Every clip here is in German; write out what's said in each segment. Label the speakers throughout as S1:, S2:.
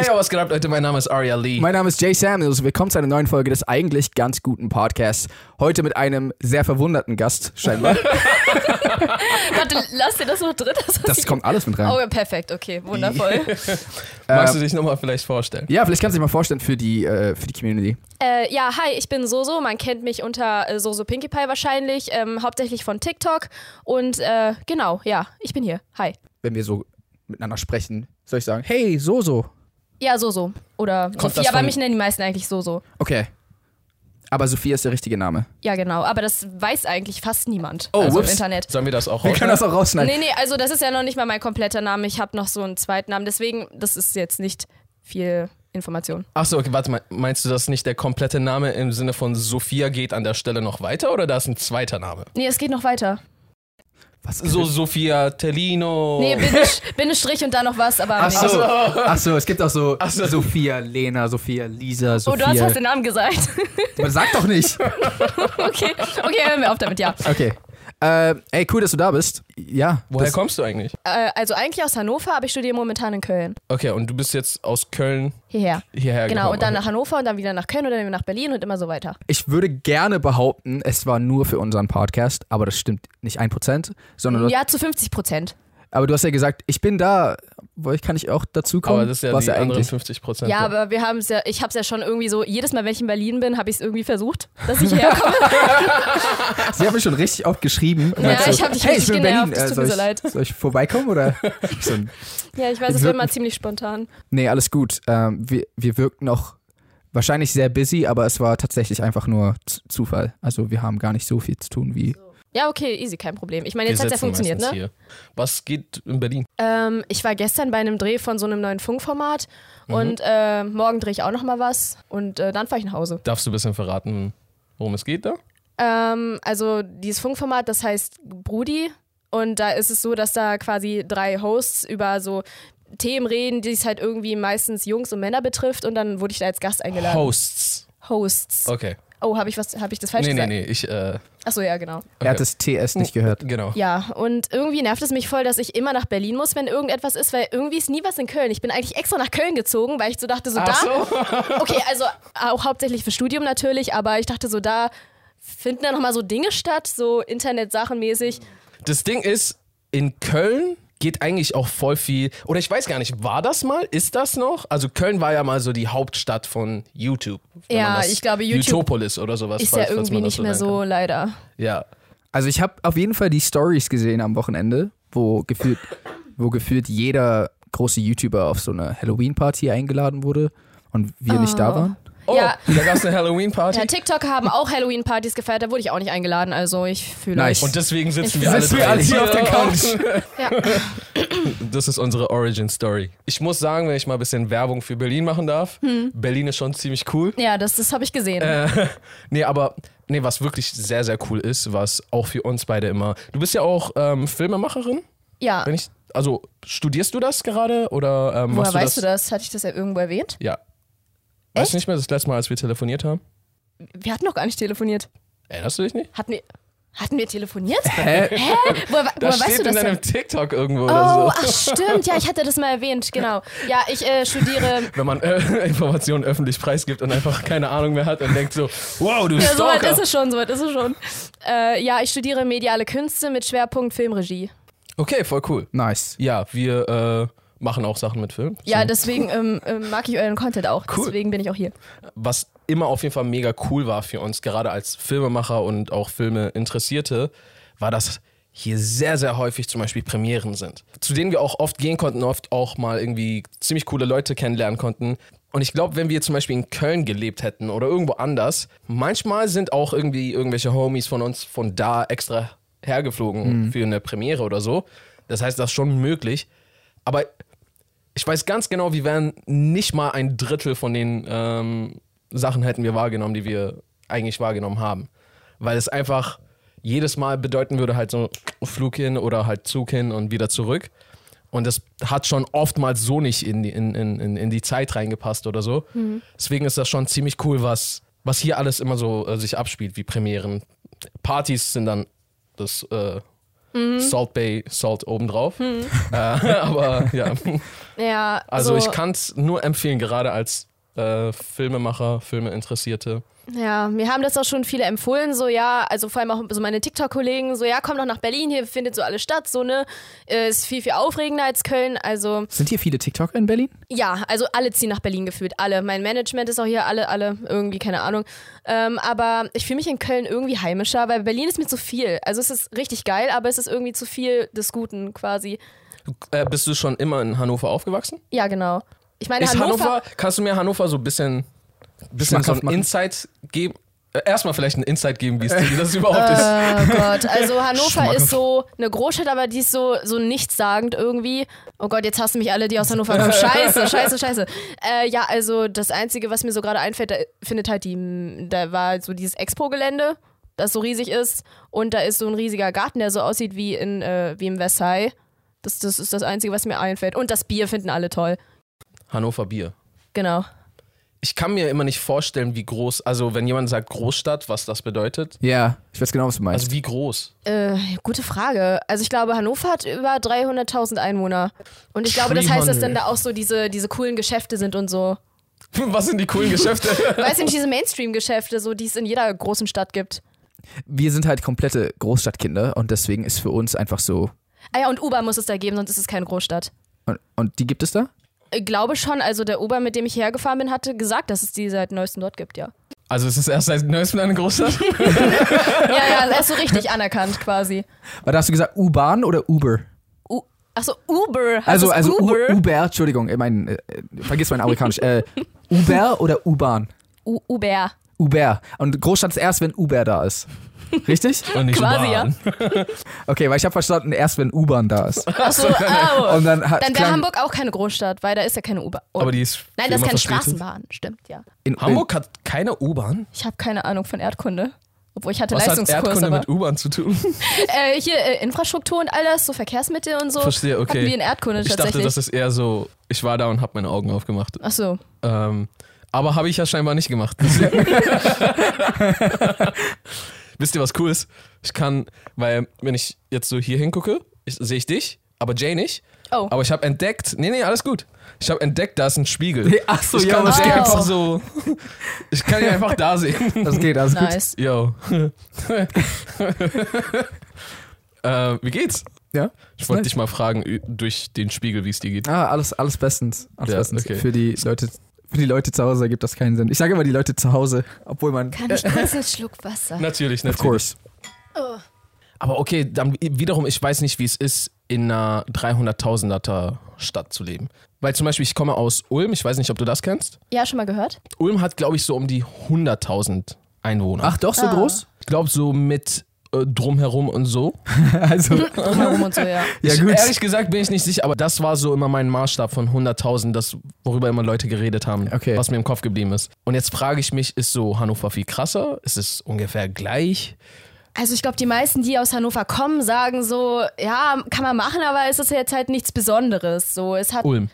S1: Hey, was geht ab, Leute? Mein Name ist Aria Lee.
S2: Mein Name ist Jay Samuels. Willkommen zu einer neuen Folge des eigentlich ganz guten Podcasts. Heute mit einem sehr verwunderten Gast, scheinbar.
S3: Warte, lass dir das noch drin. Das,
S2: Das kommt alles mit rein.
S3: Oh, perfekt, okay, wundervoll.
S1: Magst du dich nochmal vielleicht vorstellen?
S2: ähm, Ja, vielleicht kannst du dich mal vorstellen für die, äh, für die Community.
S3: äh, ja, hi, ich bin Soso. Man kennt mich unter äh, Soso Pinkie Pie wahrscheinlich, ähm, hauptsächlich von TikTok. Und äh, genau, ja, ich bin hier. Hi.
S2: Wenn wir so miteinander sprechen, soll ich sagen, hey, so, so.
S3: Ja, Soso. Oder
S1: das
S3: Sophie, aber
S1: von-
S3: mich nennen die meisten eigentlich Soso.
S2: Okay. Aber Sophia ist der richtige Name.
S3: Ja, genau. Aber das weiß eigentlich fast niemand
S2: Oh,
S3: also im
S2: whoops.
S3: Internet.
S1: Sollen wir das auch
S3: Oh,
S2: Wir können das auch rausschneiden.
S3: Nee, nee, also das ist ja noch nicht mal mein kompletter Name. Ich habe noch so einen zweiten Namen. Deswegen, das ist jetzt nicht viel Information.
S1: Achso, okay, warte mal. Meinst du, dass nicht der komplette Name im Sinne von Sophia geht an der Stelle noch weiter oder da ist ein zweiter Name?
S3: Nee, es geht noch weiter.
S2: Was?
S1: So Sophia Tellino.
S3: Nee, Bindestrich Bindestrich und dann noch was, aber.
S2: Oh. Ach
S3: nee.
S2: so. Ach so, es gibt auch so,
S1: so.
S2: Sophia, Lena, Sophia, Lisa,
S3: Oh,
S2: Sophia.
S3: du hast fast den Namen gesagt.
S2: Aber sag doch nicht.
S3: Okay, okay, hören wir auf damit, ja.
S2: Okay. Äh, ey, cool, dass du da bist. Ja.
S1: Woher
S2: das,
S1: kommst du eigentlich?
S3: Äh, also eigentlich aus Hannover, aber ich studiere momentan in Köln.
S1: Okay, und du bist jetzt aus Köln
S3: Hierher.
S1: hierher
S3: Genau,
S1: gekommen.
S3: und dann nach Hannover und dann wieder nach Köln und dann wieder nach Berlin und immer so weiter.
S2: Ich würde gerne behaupten, es war nur für unseren Podcast, aber das stimmt nicht 1%, sondern du,
S3: Ja, zu 50 Prozent.
S2: aber du hast ja gesagt, ich bin da, wo ich kann ich auch dazu kommen.
S1: Aber das ist ja
S2: Was
S1: die anderen
S2: eigentlich.
S1: 50 Prozent.
S3: Ja, aber wir haben es ja, ich habe es ja schon irgendwie so, jedes Mal, wenn ich in Berlin bin, habe ich es irgendwie versucht, dass ich herkomme.
S2: Sie haben mich schon richtig oft geschrieben. Und
S3: Ja,
S2: meinte
S3: ich hab dich
S2: hey, ich
S3: richtig
S2: bin in
S3: genervt,
S2: Berlin.
S3: es
S2: äh,
S3: tut
S2: soll,
S3: mir
S2: ich,
S3: so leid.
S2: soll ich vorbeikommen oder? so ein,
S3: ja, ich weiß, es
S2: Wir-
S3: wird mal ziemlich spontan.
S2: nee, alles gut. Ähm, wir, wir wirkten noch wahrscheinlich sehr busy, aber es war tatsächlich einfach nur Z Zufall. Also wir haben gar nicht so viel zu tun wie.
S3: Ja, okay, easy, kein Problem. Ich meine,
S1: Wir
S3: jetzt hat es ja
S1: sitzen
S3: funktioniert,
S1: meistens
S3: ne?
S1: Hier. Was geht in Berlin?
S3: Ähm, ich war gestern bei einem Dreh von so einem neuen Funkformat und äh, morgen drehe ich auch nochmal was und äh, dann fahre ich nach Hause.
S1: Darfst du ein bisschen verraten, worum es geht da?
S3: Ähm, also dieses Funkformat, das heißt Brudi. Und da ist es so, dass da quasi drei Hosts über so Themen reden, die es halt irgendwie meistens Jungs und Männer betrifft. Und dann wurde ich da als Gast eingeladen.
S1: Hosts.
S3: Hosts.
S1: Okay.
S3: Oh, habe ich was, habe ich das falsch
S1: nee, nee,
S3: gesagt?
S1: nee, ich, äh,
S3: Achso, ja, genau.
S2: Er hat das TS
S3: Oh.
S2: nicht gehört.
S1: genau.
S3: Ja, und irgendwie nervt es mich voll, dass ich immer nach Berlin muss, wenn irgendetwas ist, weil irgendwie ist nie was in Köln. Ich bin eigentlich extra nach Köln gezogen, weil ich so dachte, so da. Okay, also auch hauptsächlich für Studium natürlich, aber ich dachte so, da finden dann nochmal so Dinge statt, so Internet-Sachenmäßig.
S1: Das Ding ist, in Köln geht eigentlich auch voll viel, oder ich weiß gar nicht, war das mal? Ist das noch? Also Köln war ja mal so die Hauptstadt von YouTube. wenn
S3: Ja,
S1: man das-
S3: ich glaube, YouTube
S1: Utopolis oder sowas.
S3: Ist
S1: falls-
S3: ja
S1: falls man das
S3: irgendwie nicht mehr
S1: nennen
S3: so, leider.
S1: kann. Ja.
S2: Also ich habe auf jeden Fall die Stories gesehen am Wochenende, wo gefühlt, wo gefühlt jeder große YouTuber auf so eine Halloween-Party eingeladen wurde und wir nicht da waren.
S1: Oh,
S3: Ja.
S1: da gab es eine Halloween-Party.
S3: Ja, TikToker haben auch Halloween-Partys gefeiert, da wurde ich auch nicht eingeladen, also ich fühle
S2: Nice.
S1: Und deswegen sitzen
S3: Ich-
S1: wir alle
S2: Sitzen wir
S1: drei
S2: alle hier auf der Couch.
S3: Ja.
S1: Das ist unsere Origin-Story. Ich muss sagen, wenn ich mal ein bisschen Werbung für Berlin machen darf,
S3: Hm.
S1: Berlin ist schon ziemlich cool.
S3: euch. Ja, das, das habe ich gesehen.
S1: Äh, Nee, aber nee, was wirklich sehr, sehr cool ist, was auch für uns beide immer. Du bist ja auch ähm, Filmemacherin,
S3: ja,
S1: wenn ich. Also studierst du das gerade oder ähm,
S3: woher
S1: machst
S3: weißt
S1: du
S3: du
S1: das?
S3: das? Hatte ich das ja irgendwo erwähnt?
S1: Ja. Weißt
S3: Echt?
S1: du nicht mehr das letzte Mal, als wir telefoniert haben?
S3: Wir hatten noch gar nicht telefoniert.
S1: Erinnerst du dich nicht?
S3: Hatten wir, hatten wir telefoniert?
S2: Hä?
S3: Woher, woher
S1: Das
S3: weißt
S1: steht
S3: du das
S1: in
S3: denn?
S1: deinem TikTok irgendwo
S3: Oh,
S1: oder so.
S3: ach stimmt, ja, ich hatte das mal erwähnt, genau. Ja, ich äh, studiere.
S1: Wenn man äh, Informationen öffentlich preisgibt und einfach keine Ahnung mehr hat und denkt so, wow, du
S3: Ja, soweit ist
S1: Stalker.
S3: es schon, soweit ist es schon. Äh, ja, ich studiere mediale Künste mit Schwerpunkt Filmregie.
S1: Okay, voll cool.
S2: Nice.
S1: Ja, wir äh, machen auch Sachen mit Film.
S3: Ja, deswegen ähm, ähm, mag ich euren Content auch.
S1: Cool.
S3: Deswegen bin ich auch hier.
S1: was immer auf jeden Fall mega cool war für uns, gerade als Filmemacher und auch Filme Interessierte, war, dass hier sehr, sehr häufig zum Beispiel Premieren sind, zu denen wir auch oft gehen konnten, oft auch mal irgendwie ziemlich coole Leute kennenlernen konnten. Und ich glaube, wenn wir zum Beispiel in Köln gelebt hätten oder irgendwo anders, manchmal sind auch irgendwie irgendwelche Homies von uns von da extra hergeflogen für eine Premiere oder so. Das heißt, das ist schon möglich. Aber ich weiß ganz genau, wir wären nicht mal ein Drittel von den ähm, Sachen hätten wir wahrgenommen, die wir eigentlich wahrgenommen haben. Weil es einfach jedes Mal bedeuten würde, halt so Flug hin oder halt Zug hin und wieder zurück. Und das hat schon oftmals so nicht in die, in, in, in- in die Zeit reingepasst oder so. Deswegen ist das schon ziemlich cool, was, was hier alles immer so äh, sich abspielt, wie Premieren, Partys sind dann das äh, Salt Bay Salt obendrauf. Äh, aber ja,
S3: Ja,
S1: also
S3: so,
S1: ich kann es nur empfehlen, gerade als äh, Filmemacher, Filmeinteressierte.
S3: Ja, mir haben das auch schon viele empfohlen, so ja, also vor allem auch so meine TikTok-Kollegen, so ja, komm doch nach Berlin, hier findet so alles statt, so ne, äh, ist viel, viel aufregender als Köln, also
S2: Sind hier viele TikToker in Berlin?
S3: Ja, also alle ziehen nach Berlin gefühlt, alle. Mein Management ist auch hier, alle, alle, irgendwie, keine Ahnung. Ähm, aber ich fühle mich in Köln irgendwie heimischer, weil Berlin ist mir zu viel. Also es ist richtig geil, aber es ist irgendwie zu viel des Guten quasi.
S1: Äh, bist du schon immer in Hannover aufgewachsen?
S3: Ja, genau. Ich meine,
S1: Ist
S3: Hannover,
S1: Hannover, kannst du mir Hannover so ein bisschen, bisschen so
S2: Schmackhaft
S1: ein
S2: machen?
S1: Insight geben? Äh, Erstmal vielleicht ein Insight geben, wie es wie das überhaupt ist.
S3: Oh Gott, also Hannover ist so eine Großstadt, aber die ist so, so nichtssagend irgendwie. Oh Gott, jetzt hassen mich alle, die aus Hannover kommen. Scheiße, scheiße, scheiße. Äh, ja, also das Einzige, was mir so gerade einfällt, da findet halt die, da war so dieses Expo-Gelände, das so riesig ist. Und da ist so ein riesiger Garten, der so aussieht wie in, äh, wie in Versailles. Das, das ist das Einzige, was mir einfällt. Und das Bier finden alle toll.
S1: Hannover Bier.
S3: Genau.
S1: Ich kann mir immer nicht vorstellen, wie groß, also wenn jemand sagt Großstadt, was das bedeutet.
S2: Ja, ich weiß genau, was du meinst.
S1: Also wie groß?
S3: Äh, gute Frage. Also ich glaube, Hannover hat über 300.000 Einwohner. Und ich glaube, das heißt, dass dann da auch so diese, diese coolen Geschäfte sind und so.
S1: Was sind die coolen Geschäfte?
S3: Weißt du nicht, diese Mainstream-Geschäfte, so, die es in jeder großen Stadt gibt.
S2: wir sind halt komplette Großstadtkinder und deswegen ist für uns einfach so.
S3: Ah ja, und Uber muss es da geben, sonst ist es keine Großstadt.
S2: Und, und die gibt es da?
S3: Ich glaube schon, also der Uber, mit dem ich hierher gefahren bin, hatte gesagt, dass es die seit neuestem dort gibt, ja.
S1: Also es ist erst seit neuestem eine Großstadt?
S3: Ja, ja, er ist so richtig anerkannt quasi.
S2: Warte, hast du gesagt U-Bahn oder Uber?
S3: U Achso, Uber. heißt
S2: Also,
S3: es
S2: also Uber?
S3: Uber.
S2: Uber, Entschuldigung, ich mein, äh, äh, vergiss mein Amerikanisch. äh, Uber oder U-Bahn?
S3: U Uber.
S2: Uber. Und Großstadt ist erst, wenn Uber da ist. Richtig?
S1: Und nicht
S3: Quasi, ja.
S1: Bahn.
S2: Okay, weil ich habe verstanden, erst wenn U-Bahn da ist.
S3: Achso, oh.
S2: Und dann hat
S3: Dann wäre
S2: klang-
S3: Hamburg auch keine Großstadt, weil da ist ja keine Uber. Oh.
S1: Aber die ist
S3: Nein,
S1: für
S3: das ist
S1: immer
S3: keine
S1: verspätet.
S3: Straßenbahn, stimmt, ja.
S2: in,
S1: Hamburg hat keine U-Bahn.
S3: Ich habe keine Ahnung von Erdkunde. Obwohl ich hatte
S1: Was hat
S3: Leistungskurs.
S1: Erdkunde
S3: aber-
S1: mit U-Bahn zu tun?
S3: äh, hier äh, Infrastruktur und all das, so Verkehrsmittel und so.
S1: Verstehe, okay.
S3: Hatten wir in Erdkunde
S1: Ich dachte,
S3: tatsächlich.
S1: das ist eher so, ich war da und habe meine Augen aufgemacht.
S3: Ach so.
S1: Ähm, aber habe ich ja scheinbar nicht gemacht. Deswegen- Wisst ihr, was cool ist? Ich kann, weil wenn ich jetzt so hier hingucke, ich, sehe ich dich, aber Jay nicht.
S3: Oh.
S1: Aber ich habe entdeckt, nee, nee, alles gut. Ich habe entdeckt, da ist ein Spiegel.
S2: Ach so,
S1: ich
S2: ja,
S1: kann
S2: das
S1: Jay
S3: geht.
S1: einfach so, ich kann ihn einfach da sehen.
S2: Das geht, also gut.
S3: Nice.
S1: Yo. äh, wie geht's?
S2: Ja.
S1: Ich wollte
S2: Nice.
S1: dich mal fragen, ü- durch den Spiegel, wie es dir geht.
S2: Ah, alles, alles bestens. Alles
S1: Ja,
S2: bestens.
S1: okay.
S2: Für die Leute. Für die Leute zu Hause ergibt das keinen Sinn. Ich sage immer die Leute zu Hause, obwohl man.
S3: Kann ich kurz einen Schluck Wasser?
S1: Natürlich,
S2: Of
S1: natürlich.
S2: course.
S1: Aber okay, dann wiederum, ich weiß nicht, wie es ist, in einer 300.000er Stadt zu leben. Weil zum Beispiel, ich komme aus Ulm, ich weiß nicht, ob du das kennst.
S3: Ja, schon mal gehört?
S1: Ulm hat, glaube ich, so um die 100.000 Einwohner.
S2: Ach, doch, so
S3: Ah.
S2: groß?
S1: Ich glaube, so mit äh, drumherum und so.
S2: Also,
S1: um
S3: Drumherum und so, ja.
S2: ja,
S1: ich,
S2: gut.
S1: Ehrlich gesagt bin ich nicht sicher, aber das war so immer mein Maßstab von 100.000, das, worüber immer Leute geredet haben,
S2: Okay.
S1: was mir im Kopf geblieben ist. Und jetzt frage ich mich, ist so Hannover viel krasser? Ist es ungefähr gleich?
S3: Also ich glaube, die meisten, die aus Hannover kommen, sagen so, ja, kann man machen, aber es ist jetzt halt nichts Besonderes. So, es hat
S1: Ulm.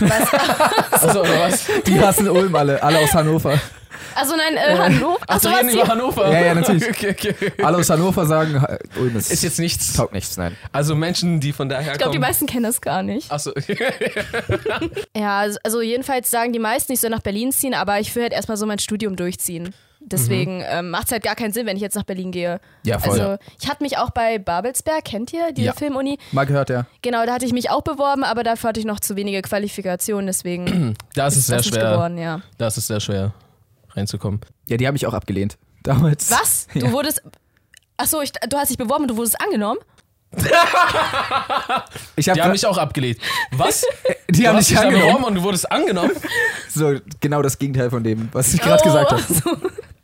S1: Was? also, oder was?
S2: Die hassen Ulm alle, alle aus Hannover.
S3: Also nein, äh, Hannover.
S1: Oh. Ach,
S3: Achso,
S1: wir reden
S3: was
S1: über
S3: hier?
S1: Hannover.
S2: Ja, ja, natürlich.
S1: Okay, okay.
S2: Alle aus Hannover sagen, ha- Ulm ist,
S1: Ist jetzt nichts.
S2: taugt nichts, nein.
S1: Also Menschen, die von daher
S3: Ich glaube, die
S1: kommen.
S3: meisten kennen das gar nicht.
S1: Achso.
S3: Ja, also- also jedenfalls sagen die meisten, ich soll nach Berlin ziehen, aber ich will halt erstmal so mein Studium durchziehen. Deswegen ähm, macht es halt gar keinen Sinn, wenn ich jetzt nach Berlin gehe.
S2: Mhm. Ja, voll.
S3: Also ich hatte mich auch bei Babelsberg, kennt ihr die
S1: Ja.
S3: Filmuni?
S2: Mal gehört, ja.
S3: Genau, da hatte ich mich auch beworben, aber dafür hatte ich noch zu wenige Qualifikationen, deswegen
S1: Das ist,
S3: ist
S1: sehr
S3: das nicht
S1: schwer.
S3: geworden, ja.
S1: Das ist sehr schwer, reinzukommen.
S2: Ja, die haben mich auch abgelehnt. Damals.
S3: Was? Du wurdest. Achso, ich, du hast dich beworben und du wurdest angenommen?
S2: Ich hab,
S1: Die haben mich auch abgelehnt. Was?
S2: die
S1: Du
S2: haben
S1: hast dich
S2: mich
S1: da
S2: angenommen. Äh.
S1: beworben und du wurdest angenommen?
S2: So, genau das Gegenteil von dem, was ich gerade
S3: Oh,
S2: gesagt habe.
S3: so.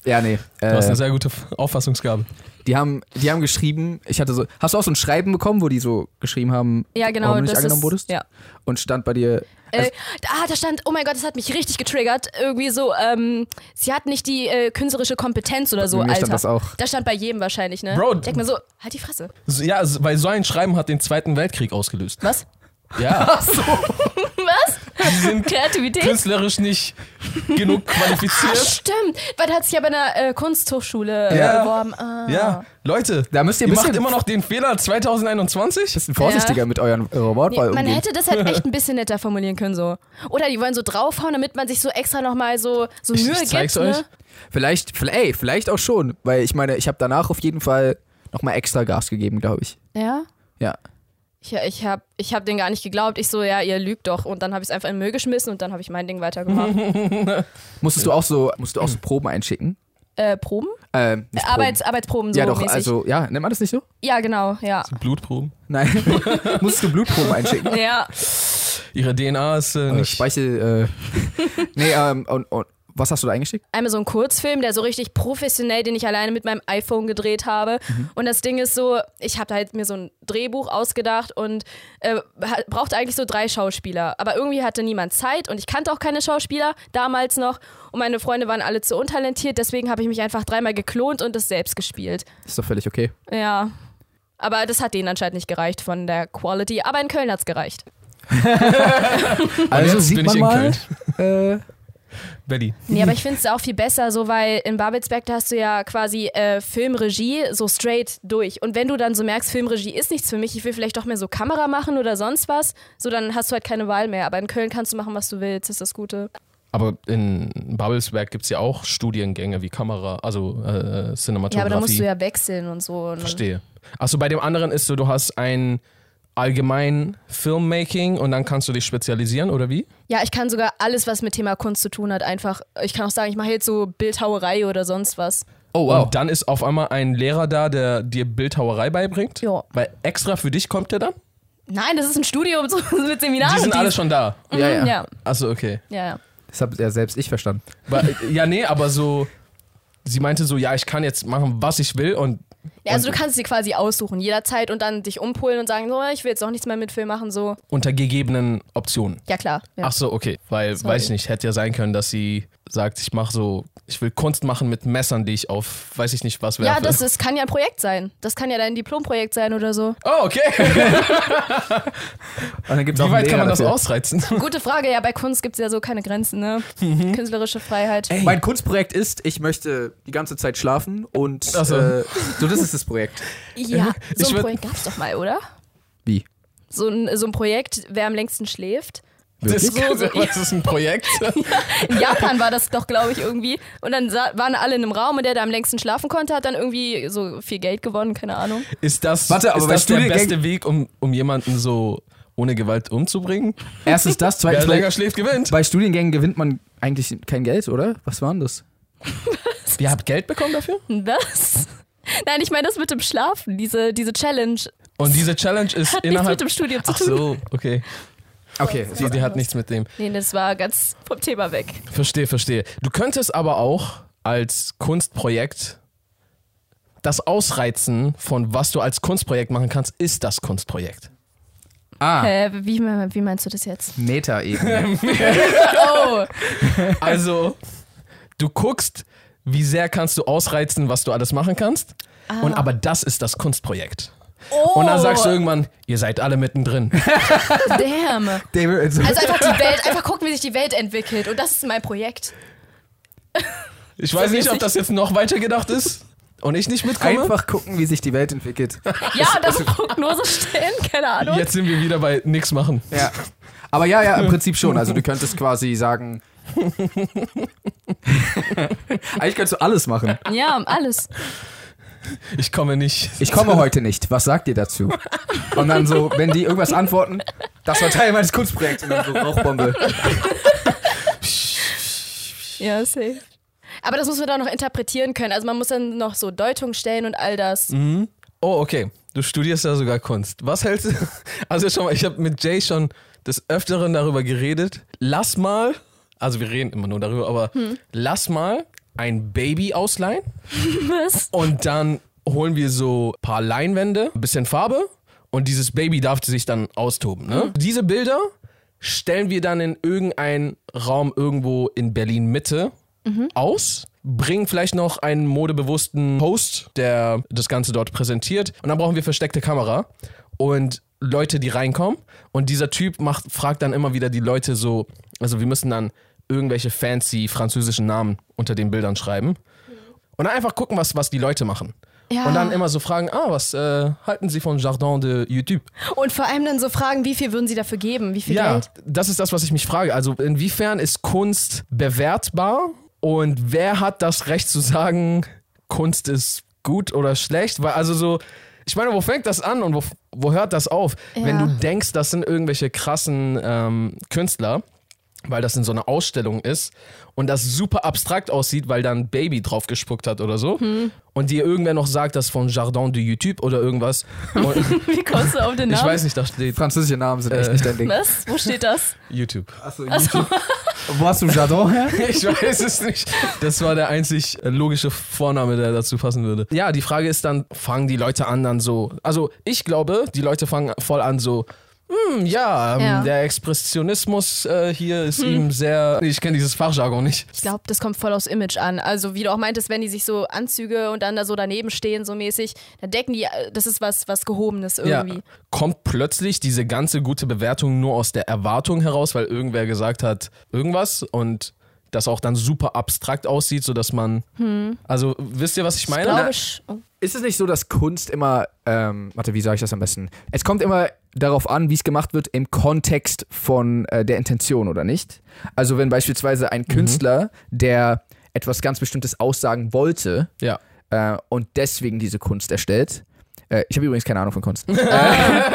S2: Ja, nee.
S1: Du hast eine
S2: Äh,
S1: sehr gute Auffassungsgabe.
S2: die, haben, die haben geschrieben, ich hatte so. Hast du auch so ein Schreiben bekommen, wo die so geschrieben haben,
S3: Ja, genau.
S2: warum du nicht
S3: das
S2: angenommen
S3: ist,
S2: wurdest?
S3: Ja.
S2: Und stand bei dir. also,
S3: Äh,
S1: Also
S3: ah, da stand, oh mein Gott, das hat mich richtig getriggert. Irgendwie so, ähm, sie hat nicht die äh, künstlerische Kompetenz oder so,
S2: Bei mir
S3: Alter.
S2: stand das auch.
S3: Da stand bei jedem wahrscheinlich, ne?
S1: Bro.
S3: Ich Denk mir so, halt die Fresse.
S1: So, Ja, so- weil so ein Schreiben hat den Zweiten Weltkrieg ausgelöst.
S3: Was?
S1: Ja.
S3: Was?
S1: Die sind
S3: Kreativität? Ah,
S1: künstlerisch nicht genug qualifiziert.
S3: Stimmt, weil der hat sich ja bei einer äh, Kunsthochschule
S1: Ja.
S3: äh, beworben. Ah.
S1: Ja, Leute,
S2: Da müsst ihr ein
S1: ihr macht
S2: bisschen-
S1: immer noch den Fehler 2021?
S2: Bisschen vorsichtiger mit euren, eurer
S3: Nee,
S2: Wortwahl
S3: Man
S2: umgehen.
S3: hätte das halt echt ein bisschen netter formulieren können so. Oder die wollen so draufhauen, damit man sich so extra nochmal so, so
S1: Ich-
S3: Mühe
S1: ich zeig's
S3: gibt. Ne?
S1: euch.
S2: Vielleicht, vielleicht, ey, vielleicht auch schon, weil ich meine, ich habe danach auf jeden Fall nochmal extra Gas gegeben, glaube ich.
S3: Ja.
S2: Ja.
S3: Ich, ich habe ich hab denen gar nicht geglaubt. Ich so, ja, ihr lügt doch. Und dann habe ich es einfach in den Müll geschmissen und dann habe ich mein Ding weitergemacht.
S2: Musstest du auch so, musstest du auch so Proben einschicken?
S3: äh, Proben?
S2: Ähm, nicht Proben.
S3: Äh, Arbeits, Arbeitsproben, so
S2: ja, doch,
S3: mäßig.
S2: also, ja, nennt man das nicht so?
S3: ja, genau, ja.
S1: Blutproben.
S2: Nein. musstest du Blutproben einschicken?
S3: Ja,
S1: Ihre DNA ist äh,
S2: Äh,
S1: nicht.
S2: Speichel, äh, nee, ähm, und, und was hast du da eingeschickt?
S3: einmal so ein Kurzfilm, der so richtig professionell, den ich alleine mit meinem iPhone gedreht habe.
S2: Mhm.
S3: Und das Ding ist so, ich habe halt mir so ein Drehbuch ausgedacht und äh, ha- brauchte eigentlich so drei Schauspieler. Aber irgendwie hatte niemand Zeit und ich kannte auch keine Schauspieler damals noch. Und meine Freunde waren alle zu untalentiert, deswegen habe ich mich einfach dreimal geklont und das selbst gespielt.
S2: Ist doch völlig okay.
S3: Ja. Aber das hat denen anscheinend nicht gereicht von der Quality. Aber in Köln hat's gereicht.
S2: Also
S1: jetzt
S2: sieht
S1: bin
S2: man
S1: ich in
S2: mal. Äh,
S1: Belly.
S3: Nee, aber ich finde es auch viel besser, so weil in Babelsberg da hast du ja quasi äh, Filmregie so straight durch. Und wenn du dann so merkst, Filmregie ist nichts für mich, ich will vielleicht doch mehr so Kamera machen oder sonst was, so dann hast du halt keine Wahl mehr. Aber in Köln kannst du machen, was du willst, das ist das Gute.
S1: Aber in Babelsberg gibt es ja auch Studiengänge wie Kamera, also äh, Cinematografie.
S3: Ja, aber da musst du ja wechseln und so. Und
S1: Verstehe. Achso, bei dem anderen ist so, du hast ein allgemein Filmmaking und dann kannst du dich spezialisieren, oder wie?
S3: ja, ich kann sogar alles, was mit Thema Kunst zu tun hat, einfach, ich kann auch sagen, ich mache jetzt so Bildhauerei oder sonst was.
S2: oh,
S1: Und dann ist auf einmal ein Lehrer da, der dir Bildhauerei beibringt.
S3: Ja.
S1: Weil extra für dich kommt der dann?
S3: Nein, das ist ein Studium so, mit Seminaren.
S1: Die sind
S3: und
S1: alle schon da.
S3: Mhm,
S2: Ja, ja.
S3: ja,
S1: Achso, okay.
S3: ja, ja.
S2: Das habe ja selbst ich verstanden.
S1: Weil, ja, nee, aber so, sie meinte so, ja, ich kann jetzt machen, was ich will und
S3: Ja, also du kannst dir quasi aussuchen, jederzeit und dann dich umpolen und sagen, so, ich will jetzt auch nichts mehr mit Film machen, so.
S1: unter gegebenen Optionen.
S3: Ja, klar. Ja.
S1: Ach so, okay. Weil,
S3: Sorry.
S1: weiß ich nicht, hätte ja sein können, dass sie sagt, ich mache so, ich will Kunst machen mit Messern, die ich auf, weiß ich nicht, was werfe.
S3: ja, das ist, kann ja ein Projekt sein. Das kann ja dein Diplomprojekt sein oder so.
S1: Oh, okay.
S2: Und dann gibt's auch
S1: Wie
S2: einen
S1: weit kann
S2: Lehrer
S1: man das
S2: dafür.
S1: ausreizen?
S3: Gute Frage, ja, bei Kunst gibt es ja so keine Grenzen, ne?
S1: Mhm.
S3: Künstlerische Freiheit.
S2: Mein Kunstprojekt ist, ich möchte die ganze Zeit schlafen und
S1: Ach so.
S2: äh, so, das ist das Projekt.
S1: äh,
S3: Ja,
S1: Ich
S3: so ein
S1: würd-
S3: Projekt gab's doch mal, oder?
S2: Wie?
S3: So ein, so ein Projekt, wer am längsten schläft.
S1: Das
S2: Wirklich?
S1: ist, das ist ein Projekt.
S3: In Japan war das doch, glaube ich, irgendwie. Und dann sa- waren alle in einem Raum und der, der am längsten schlafen konnte, hat dann irgendwie so viel Geld gewonnen, keine Ahnung.
S1: Ist das,
S2: Warte, aber
S1: ist
S2: bei
S1: das der
S2: Studiengang-
S1: beste Weg, um, um jemanden so ohne Gewalt umzubringen?
S2: Erstens das,
S1: Wer
S2: zweitens
S1: länger
S2: bei,
S1: schläft, gewinnt.
S2: bei Studiengängen gewinnt man eigentlich kein Geld, oder? Was war denn das?
S1: Ihr habt Geld bekommen dafür?
S3: Was? Nein, ich meine das mit dem Schlafen, diese, diese Challenge.
S1: Und diese Challenge ist
S3: Hat nichts
S1: innerhalb...
S3: mit dem Studium zu
S1: Ach
S3: tun.
S1: so, okay.
S2: Okay,
S1: Die, die hat nichts mit dem.
S3: Nee, das war ganz vom Thema weg.
S1: Verstehe, verstehe. Du könntest aber auch als Kunstprojekt das Ausreizen von was du als Kunstprojekt machen kannst, ist das Kunstprojekt.
S2: ah,
S3: Äh, wie, wie meinst du das jetzt?
S2: Meta-Ebene.
S3: Oh,
S1: Also, du guckst, wie sehr kannst du ausreizen, was du alles machen kannst. Und aber das ist das Kunstprojekt.
S3: oh.
S1: Und dann sagst du irgendwann, ihr seid alle mittendrin.
S3: damn.
S2: David, also,
S3: Also einfach die Welt, einfach gucken, wie sich die Welt entwickelt. Und das ist mein Projekt.
S1: Ich weiß
S3: So
S1: nicht, ob
S3: mäßig.
S1: das jetzt noch weiter gedacht ist und ich nicht mitkomme.
S2: einfach gucken, wie sich die Welt entwickelt.
S3: Ja, und das Prognose stellen, keine Ahnung.
S1: Jetzt sind wir wieder bei nichts machen.
S2: Ja. Aber ja, ja, im Prinzip schon. Also du könntest quasi sagen. Eigentlich könntest du alles machen.
S3: Ja, alles.
S1: Ich komme nicht.
S2: Ich komme heute nicht. Was sagt ihr dazu? Und dann so, wenn die irgendwas antworten, das war Teil meines Kunstprojekts. Und dann so Rauchbombe.
S3: Ja, safe. Aber das muss man dann noch interpretieren können. Also man muss dann noch so Deutung stellen und all das.
S1: Oh, okay. Du studierst ja sogar Kunst. Was hältst du? Also schon mal, ich habe mit Jay schon des Öfteren darüber geredet. Lass mal, also wir reden immer nur darüber, aber lass mal ein Baby ausleihen
S3: Was?
S1: und dann holen wir so ein paar Leinwände, ein bisschen Farbe und dieses Baby darf sich dann austoben. Ne? Diese Bilder stellen wir dann in irgendeinen Raum irgendwo in Berlin Mitte aus. Bringen vielleicht noch einen modebewussten Host, der das Ganze dort präsentiert. Und dann brauchen wir versteckte Kamera. Und Leute, die reinkommen. Und dieser Typ macht, fragt dann immer wieder die Leute so, also wir müssen dann irgendwelche fancy französischen Namen unter den Bildern schreiben. Und dann einfach gucken, was, was die Leute machen.
S3: Ja.
S1: Und dann immer so fragen, ah, was äh, halten Sie von Jardin de YouTube?
S3: Und vor allem dann so fragen, wie viel würden sie dafür geben? Wie viel
S1: Ja,
S3: Geld?
S1: das ist das, was ich mich frage. Also inwiefern ist Kunst bewertbar und wer hat das Recht zu sagen, Kunst ist gut oder schlecht? Weil also so, ich meine, wo fängt das an und wo, wo hört das auf?
S3: Ja.
S1: Wenn du denkst, das sind irgendwelche krassen ähm, Künstler, weil das in so einer Ausstellung ist und das super abstrakt aussieht, weil da ein Baby drauf gespuckt hat oder so
S3: Hm.
S1: und dir irgendwer noch sagt, das ist von Jardin de YouTube oder irgendwas. Und,
S3: Wie kommst du auf den
S1: ich
S3: Namen?
S1: weiß nicht, da steht
S2: Französische Namen sind echt nicht dein Ding.
S3: Was? Wo steht das?
S1: YouTube.
S2: Achso, YouTube. Wo hast du Jardin her?
S1: Ich weiß es nicht. Das war der einzig logische Vorname, der dazu passen würde. Ja, die Frage ist dann, fangen die Leute an dann so? Also ich glaube, die Leute fangen voll an so. Hm, ja, ähm,
S3: Ja. Hm.
S1: der Expressionismus äh, hier ist ihm sehr. Ich kenne dieses Fachjargon nicht.
S3: Ich glaube, das kommt voll aufs Image an. Also, wie du auch meintest, wenn die sich so Anzüge und dann da so daneben stehen, so mäßig, dann decken die, äh, das ist was, was Gehobenes
S1: Ja,
S3: irgendwie.
S1: kommt plötzlich diese ganze gute Bewertung nur aus der Erwartung heraus, weil irgendwer gesagt hat, irgendwas und das auch dann super abstrakt aussieht, sodass man.
S3: Hm.
S1: Also, wisst ihr, was ich meine?
S3: Ich glaube, sch- oh.
S2: Ist es nicht so, dass Kunst immer, ähm, warte, wie sage ich das am besten? Es kommt immer darauf an, wie es gemacht wird im Kontext von äh, der Intention, oder nicht? Also wenn beispielsweise ein Künstler, der etwas ganz Bestimmtes aussagen wollte
S1: ja.
S2: äh, und deswegen diese Kunst erstellt. Äh, ich habe übrigens keine Ahnung von Kunst.
S3: ja,